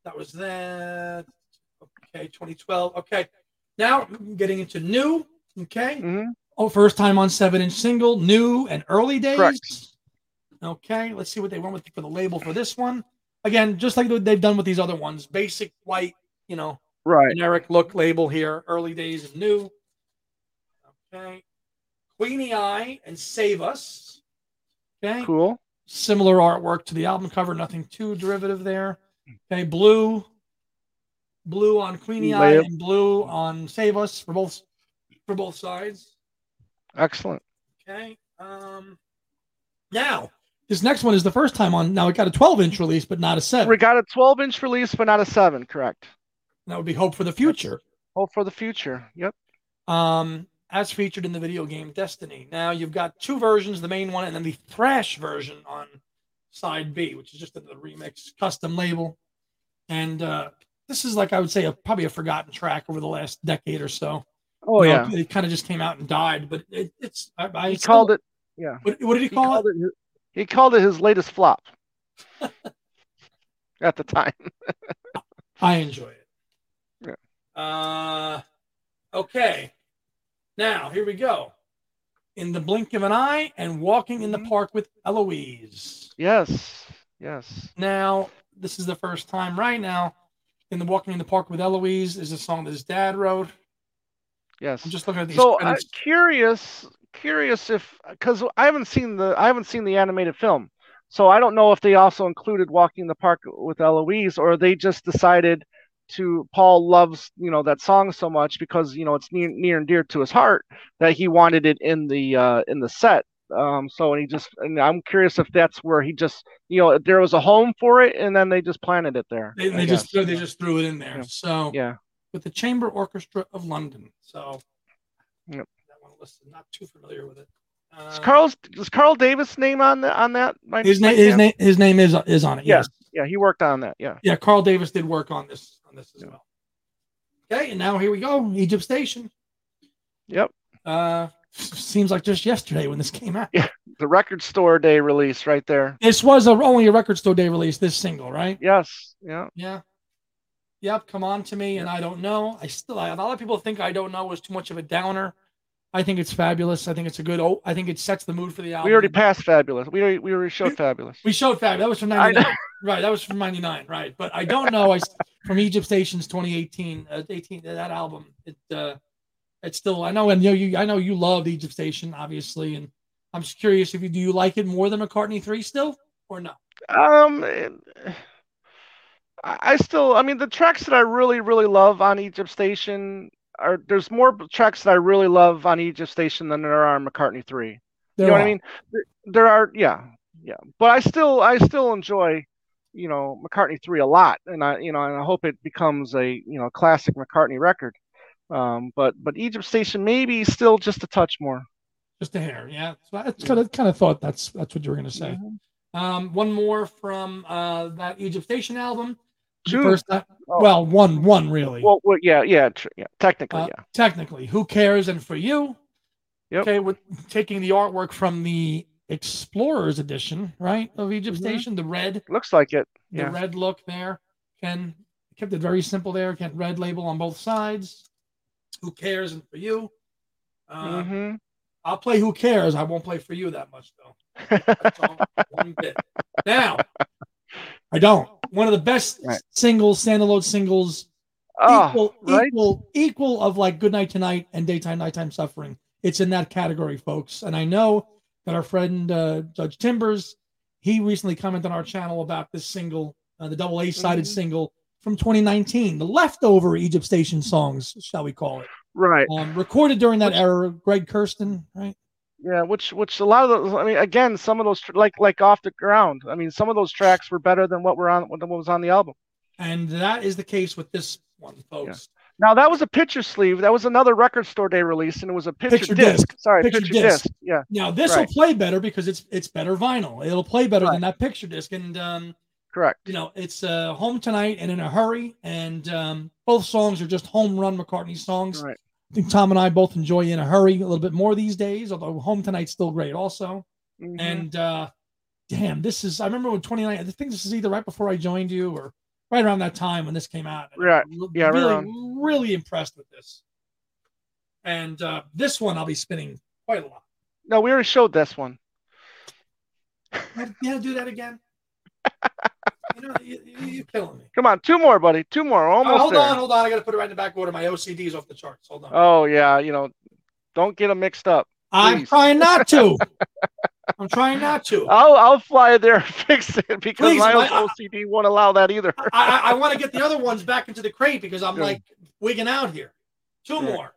[SPEAKER 2] That was that. Okay, 2012. Okay, now getting into new. Okay,
[SPEAKER 1] Mhm.
[SPEAKER 2] oh, first time on seven-inch single, new and early days.
[SPEAKER 1] Correct.
[SPEAKER 2] Okay, let's see what they went with for the label for this one. Again, just like they've done with these other ones, basic white, you know,
[SPEAKER 1] Right.
[SPEAKER 2] generic look label here. Early days and new. Okay, Queenie Eye and Save Us. Okay,
[SPEAKER 1] Cool.
[SPEAKER 2] similar artwork to the album cover, nothing too derivative there. Okay, blue, blue on Queenie Eye
[SPEAKER 1] Layer.
[SPEAKER 2] and blue on Save Us for both for both sides.
[SPEAKER 1] Excellent.
[SPEAKER 2] Okay. Um now this next one is the first time on now it got a 12 inch release, but not a
[SPEAKER 1] We
[SPEAKER 2] seven.
[SPEAKER 1] got a 12 inch release, but not a 7, correct?
[SPEAKER 2] That would be hope for the future.
[SPEAKER 1] Hope Oh, for the future. Yep.
[SPEAKER 2] Um as featured in the video game Destiny. Now you've got two versions, the main one and then the thrash version on side B, which is just another remix custom label. And uh, this is like I would say a, probably a forgotten track over the last decade or so.
[SPEAKER 1] Oh,
[SPEAKER 2] You know,
[SPEAKER 1] yeah.
[SPEAKER 2] it kind of just came out and died. But it, it's I, I
[SPEAKER 1] He
[SPEAKER 2] still-
[SPEAKER 1] called it
[SPEAKER 2] What, what did he,
[SPEAKER 1] he
[SPEAKER 2] call
[SPEAKER 1] called it his- he called it his latest flop at the time.
[SPEAKER 2] it? I enjoy it. Uh, okay. Now here we go. In the blink of an eye, and walking in the
[SPEAKER 1] Mm-hmm.
[SPEAKER 2] park with Eloise.
[SPEAKER 1] Yes. Yes.
[SPEAKER 2] Now, this is the first time right now. In the Walking in the Park with Eloise is a song that his dad wrote.
[SPEAKER 1] Yes.
[SPEAKER 2] I'm just looking at these.
[SPEAKER 1] so uh,
[SPEAKER 2] credits.
[SPEAKER 1] curious curious if cuz I haven't seen the I haven't seen the animated film. So I don't know if they also included Walking the Park with Eloise or they just decided to Paul loves, you know, that song so much because, you know, it's near, near and dear to his heart that he wanted it in the uh in the set. Um so and he just and I'm curious if that's where he just, you know, there was a home for it and then they just planted it there.
[SPEAKER 2] they,
[SPEAKER 1] I
[SPEAKER 2] they just
[SPEAKER 1] guess.
[SPEAKER 2] threw, they just threw it in there.
[SPEAKER 1] Yeah.
[SPEAKER 2] So
[SPEAKER 1] Yeah.
[SPEAKER 2] with the Chamber Orchestra of London. So
[SPEAKER 1] Yep.
[SPEAKER 2] that one listen, not too familiar with it. Uh,
[SPEAKER 1] Is Carl's is Carl Davis name on the on that? My,
[SPEAKER 2] his
[SPEAKER 1] my
[SPEAKER 2] name, his
[SPEAKER 1] chance?
[SPEAKER 2] name, his name is is on it.
[SPEAKER 1] Yeah.
[SPEAKER 2] Yes.
[SPEAKER 1] Yeah, he worked on that. Yeah.
[SPEAKER 2] Yeah, Carl Davis did work on this on this as
[SPEAKER 1] Yeah.
[SPEAKER 2] well. Okay, and now here we go, Egypt Station.
[SPEAKER 1] Yep.
[SPEAKER 2] Uh, seems like just yesterday when this came out.
[SPEAKER 1] The record store day release right there.
[SPEAKER 2] This was a, only a record store day release. This single, right?
[SPEAKER 1] Yes. Yeah.
[SPEAKER 2] Yeah. Yep. Come on to me, and I don't know. I still a lot of people think I don't know is too much of a downer. I think it's fabulous. I think it's a good. Oh, I think it sets the mood for the album.
[SPEAKER 1] We already passed Fabulous. We already, we already showed Fabulous.
[SPEAKER 2] We showed Fab. That was from
[SPEAKER 1] I know.
[SPEAKER 2] 99. Right. That was from 99. Right. But I don't know. I from Egypt Stations 2018, uh, 18, that album. It, uh, it's still, I know, and you, know, you, I know you loved Egypt Station, obviously. And I'm just curious if you, do you like it more than McCartney 3 still or no?
[SPEAKER 1] Um, eh, I I still, I mean, the tracks that I really, really love on Egypt Station are there's more b- tracks that I really love on Egypt Station than there are on McCartney 3. You know what I mean? There, there are, yeah, yeah. But I still, I still enjoy, you know, McCartney 3 a lot, and I, you know, and I hope it becomes a, you know, classic McCartney record. Um, but but Egypt Station maybe still just a touch more.
[SPEAKER 2] Just a hair. Yeah. So I kind of, kind of thought that's, that's what you were going to say.
[SPEAKER 1] Mhm.
[SPEAKER 2] Um, one more from uh, that Egypt Station album. The
[SPEAKER 1] Two.
[SPEAKER 2] First, uh,
[SPEAKER 1] Oh.
[SPEAKER 2] well, one, one really.
[SPEAKER 1] Well, well yeah, yeah, tr- yeah. Technically,
[SPEAKER 2] Uh,
[SPEAKER 1] yeah.
[SPEAKER 2] technically who cares and for you
[SPEAKER 1] Yep.
[SPEAKER 2] okay with taking the artwork from the explorers edition right of egypt
[SPEAKER 1] Mhm.
[SPEAKER 2] station the red
[SPEAKER 1] Looks like it.
[SPEAKER 2] the
[SPEAKER 1] Yeah.
[SPEAKER 2] red look there ken kept it very simple there ken red label on both sides who cares and for you uh,
[SPEAKER 1] hmm
[SPEAKER 2] i'll play who cares i won't play for you that much though That's all, one bit. now i don't one of the best
[SPEAKER 1] Right.
[SPEAKER 2] singles standalone singles
[SPEAKER 1] Oh,
[SPEAKER 2] equal,
[SPEAKER 1] right?
[SPEAKER 2] equal, equal of like good night tonight and daytime, nighttime suffering. It's in that category, folks. And I know that our friend uh, Judge Timbers, he recently commented on our channel about this single, uh, the double A sided
[SPEAKER 1] Mhm.
[SPEAKER 2] single from 2019, the leftover Egypt Station songs, shall we call it,
[SPEAKER 1] right.
[SPEAKER 2] um, recorded during that era. Greg Kirsten, right?
[SPEAKER 1] Yeah, which which a lot of those. I mean, again, some of those tr- like like off the ground. I mean, some of those tracks were better than what were on than what was on the album.
[SPEAKER 2] And that is the case with this one, folks.
[SPEAKER 1] Now that was a picture sleeve. That was another record store day release, and it was a picture,
[SPEAKER 2] Picture
[SPEAKER 1] disc. Sorry,
[SPEAKER 2] Picture
[SPEAKER 1] picture,
[SPEAKER 2] disc.
[SPEAKER 1] disc. Yeah,
[SPEAKER 2] Now this will
[SPEAKER 1] Right.
[SPEAKER 2] play better because it's it's better vinyl. It'll play better than
[SPEAKER 1] Right.
[SPEAKER 2] that picture disc. And um,
[SPEAKER 1] correct.
[SPEAKER 2] you know, it's uh, home tonight and in a hurry. And um, both songs are just home run McCartney songs.
[SPEAKER 1] Right.
[SPEAKER 2] I think Tom and I both enjoy In a Hurry a little bit more these days, although Home Tonight's still great also.
[SPEAKER 1] Mhm.
[SPEAKER 2] And uh, damn, this is, I remember when 29, I think this is either right before I joined you or right around that time when this came out. And
[SPEAKER 1] Right.
[SPEAKER 2] I'm re-
[SPEAKER 1] Yeah, right
[SPEAKER 2] really,
[SPEAKER 1] around.
[SPEAKER 2] really impressed with this. And uh, this one I'll be spinning quite a lot.
[SPEAKER 1] no, we already showed this one.
[SPEAKER 2] You gotta do that again. you know, you, you- you're killing me.
[SPEAKER 1] Come on, two more, buddy. Two more. Almost
[SPEAKER 2] Oh, hold
[SPEAKER 1] there.
[SPEAKER 2] on, hold on. I gotta put it right in the back order. My OCD's off the charts. Hold on.
[SPEAKER 1] Oh yeah, you know, don't get them mixed up.
[SPEAKER 2] I'm
[SPEAKER 1] please.
[SPEAKER 2] trying not to. I'm trying not to. I,
[SPEAKER 1] I'll I'll fly there and fix it because
[SPEAKER 2] Please,
[SPEAKER 1] my
[SPEAKER 2] my-
[SPEAKER 1] OCD won't allow that either.
[SPEAKER 2] I, I want to get the other ones back into the crate because I'm
[SPEAKER 1] Yeah.
[SPEAKER 2] like wigging out here. Two
[SPEAKER 1] Yeah.
[SPEAKER 2] more.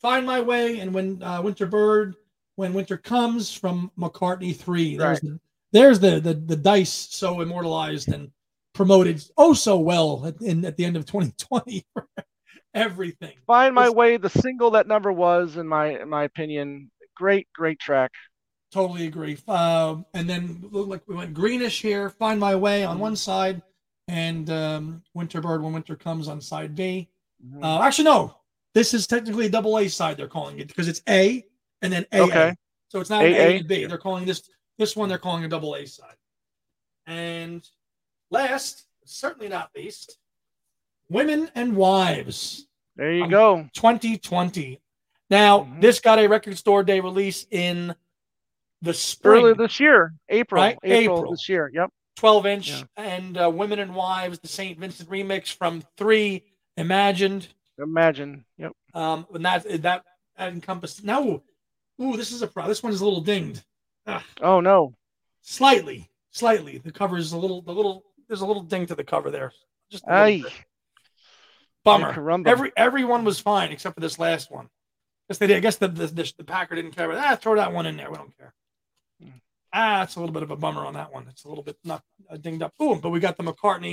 [SPEAKER 2] Find my way, and when uh, Winter Bird, when winter comes from McCartney three. There's the, there's the, the the dice so immortalized and promoted oh so well at, in, at the end of 2020. Everything.
[SPEAKER 1] Find My
[SPEAKER 2] It's-
[SPEAKER 1] Way, the single that never was, in my in my opinion. Great, great track.
[SPEAKER 2] Totally agree. Um, and then look like we went greenish here. Find my way
[SPEAKER 1] Mm.
[SPEAKER 2] on one side, and um, winter bird when winter comes on side B.
[SPEAKER 1] Mm-hmm.
[SPEAKER 2] Uh, actually, no, this is technically a double A side. They're calling it because it's A and then A.
[SPEAKER 1] Okay.
[SPEAKER 2] So it's not an A
[SPEAKER 1] AA?
[SPEAKER 2] and B. They're calling this this one. They're calling a double A side. And last, certainly not least, women and wives.
[SPEAKER 1] there you
[SPEAKER 2] um,
[SPEAKER 1] go.
[SPEAKER 2] 2020. Now
[SPEAKER 1] Mhm.
[SPEAKER 2] this got a record store day release in the spring.
[SPEAKER 1] Earlier this year, April,
[SPEAKER 2] Right?
[SPEAKER 1] April,
[SPEAKER 2] April.
[SPEAKER 1] this year. Yep.
[SPEAKER 2] 12 inch
[SPEAKER 1] Yeah.
[SPEAKER 2] and uh, women and wives the st vincent remix from three imagined
[SPEAKER 1] Imagine. Yep.
[SPEAKER 2] um and that that that encompassed no ooh this is a pro this one's a little dinged
[SPEAKER 1] Oh no.
[SPEAKER 2] slightly slightly the cover is a little the little there's a little ding to the cover there just a little
[SPEAKER 1] Aye.
[SPEAKER 2] bit. bummer
[SPEAKER 1] Caramba.
[SPEAKER 2] every everyone was fine except for this last one guess they did i guess the the, the, the packer didn't care ah throw that one in there we don't care
[SPEAKER 1] Mm.
[SPEAKER 2] ah it's a little bit of a bummer on that one it's a little bit not uh, dinged up boom but we got the mccartney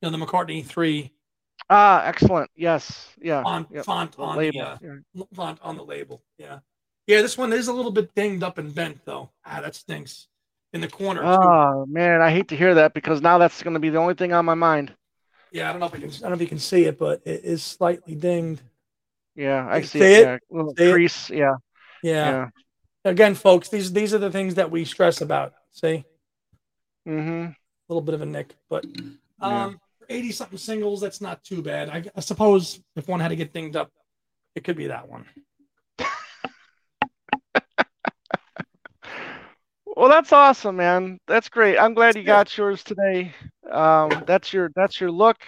[SPEAKER 2] you know the mccartney three
[SPEAKER 1] ah, excellent. Yes. Yeah.
[SPEAKER 2] on
[SPEAKER 1] Yep.
[SPEAKER 2] font
[SPEAKER 1] The
[SPEAKER 2] on
[SPEAKER 1] label.
[SPEAKER 2] the uh,
[SPEAKER 1] Yeah.
[SPEAKER 2] l- font on the label. Yeah. Yeah, this one is a little bit dinged up and bent though. Ah, that stinks. In the corner. too.
[SPEAKER 1] Oh man, I hate to hear that because now that's going to be the only thing on my mind.
[SPEAKER 2] yeah, I don't know if you can. I don't know if you can see it, but it is slightly dinged.
[SPEAKER 1] Yeah, I
[SPEAKER 2] Say
[SPEAKER 1] see it.
[SPEAKER 2] it.
[SPEAKER 1] Yeah, little
[SPEAKER 2] Say it.
[SPEAKER 1] crease. Yeah,
[SPEAKER 2] Yeah.
[SPEAKER 1] yeah.
[SPEAKER 2] Again, folks, these these are the things that we stress about. See, a
[SPEAKER 1] Mm-hmm.
[SPEAKER 2] little bit of a nick, but
[SPEAKER 1] Yeah.
[SPEAKER 2] um, for eighty something singles, that's not too bad. I, I suppose if one had to get dinged up, it could be that one.
[SPEAKER 1] Well, that's awesome, man. That's great. I'm glad you got yours today. Um, that's your that's your look.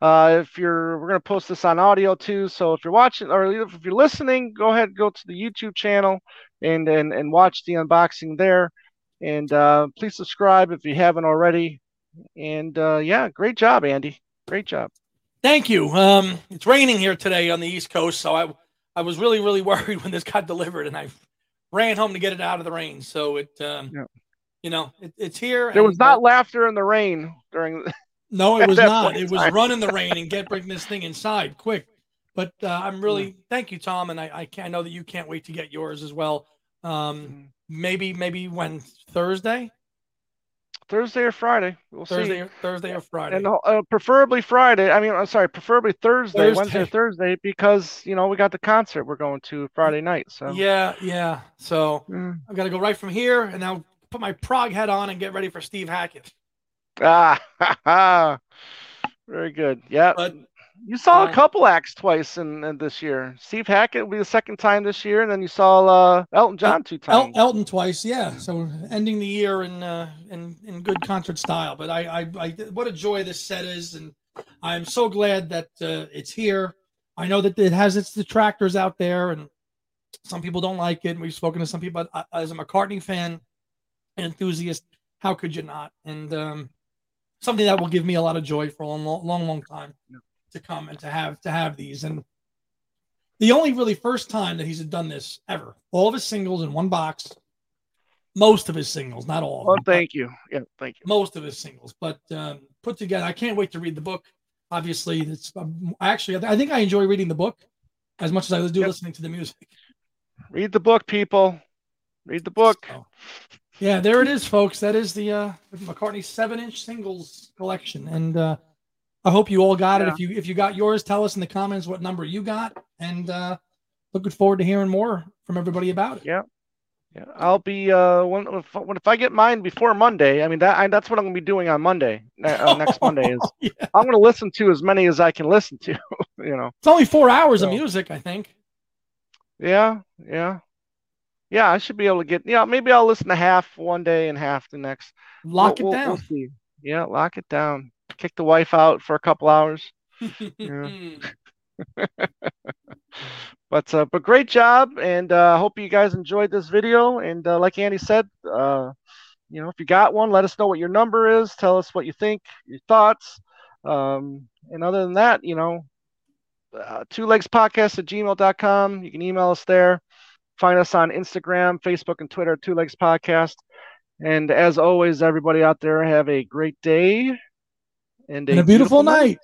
[SPEAKER 1] Uh, if you're, we're gonna post this on audio too. So if you're watching or if you're listening, go ahead, go to the YouTube channel and and and watch the unboxing there. And uh, please subscribe if you haven't already. And uh, yeah, great job, Andy. Great job.
[SPEAKER 2] Thank you. Um, it's raining here today on the East Coast, so I I was really really worried when this got delivered, and I ran home to get it out of the rain. So it, um,
[SPEAKER 1] Yeah.
[SPEAKER 2] you know, it, it's here.
[SPEAKER 1] There
[SPEAKER 2] and- uh,
[SPEAKER 1] was not laughter in the rain during.
[SPEAKER 2] No, it
[SPEAKER 1] at
[SPEAKER 2] was
[SPEAKER 1] that
[SPEAKER 2] not.
[SPEAKER 1] point in
[SPEAKER 2] It was
[SPEAKER 1] time.
[SPEAKER 2] run in the rain and get bring this thing inside quick. But uh, I'm really thank you, Tom, and I I, can, I know that you can't wait to get yours as well. Um, maybe maybe when Thursday,
[SPEAKER 1] Thursday or Friday. We'll
[SPEAKER 2] Thursday
[SPEAKER 1] see.
[SPEAKER 2] or Thursday or Friday.
[SPEAKER 1] And uh, preferably Friday. I mean, I'm sorry, preferably Thursday, Wednesday, or
[SPEAKER 2] Thursday.
[SPEAKER 1] Thursday, because you know we got the concert we're going to Friday night. So
[SPEAKER 2] Yeah, yeah. So
[SPEAKER 1] Mm.
[SPEAKER 2] I've got to go right from here and now put my Prague hat on and get ready for Steve Hackett.
[SPEAKER 1] ah, ha, ha. very good. Yeah,
[SPEAKER 2] But
[SPEAKER 1] you saw
[SPEAKER 2] uh,
[SPEAKER 1] a couple acts twice in, in this year. Steve Hackett will be the second time this year, and then you saw uh, Elton John two
[SPEAKER 2] El-
[SPEAKER 1] times.
[SPEAKER 2] Elton twice, yeah. So ending the year in uh, in in good concert style. But I, I, I what a joy this set is, and I'm so glad that uh, it's here. I know that it has its detractors out there, and some people don't like it. And we've spoken to some people. But I- as a McCartney fan, and enthusiast, how could you not? And um, something that will give me a lot of joy for a long, long, long, long time to come, and to have to have these. And the only really first time that he's done this ever. All of his singles in one box. Most of his singles, not all. of
[SPEAKER 1] Well,
[SPEAKER 2] them, but
[SPEAKER 1] Oh, thank you. Yeah, thank you.
[SPEAKER 2] most of his singles, but um, put together. I can't wait to read the book. Obviously, it's um, actually. I th- I think I enjoy reading the book as much as I do
[SPEAKER 1] Yep.
[SPEAKER 2] listening to the music.
[SPEAKER 1] Read the book, people. Read the book.
[SPEAKER 2] So, yeah, there it is, folks. That is the uh, McCartney seven-inch singles collection, and uh, I hope you all got it.
[SPEAKER 1] Yeah.
[SPEAKER 2] If you if you got yours, tell us in the comments what number you got, and uh, looking forward to hearing more from everybody about it.
[SPEAKER 1] Yeah. Yeah, I'll be uh when if, when if I get mine before Monday, I mean that I, that's what I'm gonna be doing on Monday ne- uh, next Monday is
[SPEAKER 2] Yeah.
[SPEAKER 1] I'm gonna listen to as many as I can listen to, you know.
[SPEAKER 2] It's only four hours of
[SPEAKER 1] So-
[SPEAKER 2] music, I think.
[SPEAKER 1] Yeah, yeah, yeah. I should be able to get. Yeah, maybe I'll listen to half one day and half the next. We'll-
[SPEAKER 2] Lock
[SPEAKER 1] we'll-
[SPEAKER 2] it down.
[SPEAKER 1] We'll see. Yeah, lock it down. Kick the wife out for a couple hours. But uh, but great job, and uh, hope you guys enjoyed this video. And uh, like Andy said, uh, you know, if you got one, let us know what your number is. Tell us what you think, your thoughts. Um, and other than that, you know, uh, two legs podcast at gmail.com. You can email us there. Find us on Instagram, Facebook, and Twitter, two legs podcast. And as always, everybody out there, have a great day and
[SPEAKER 2] and a beautiful night.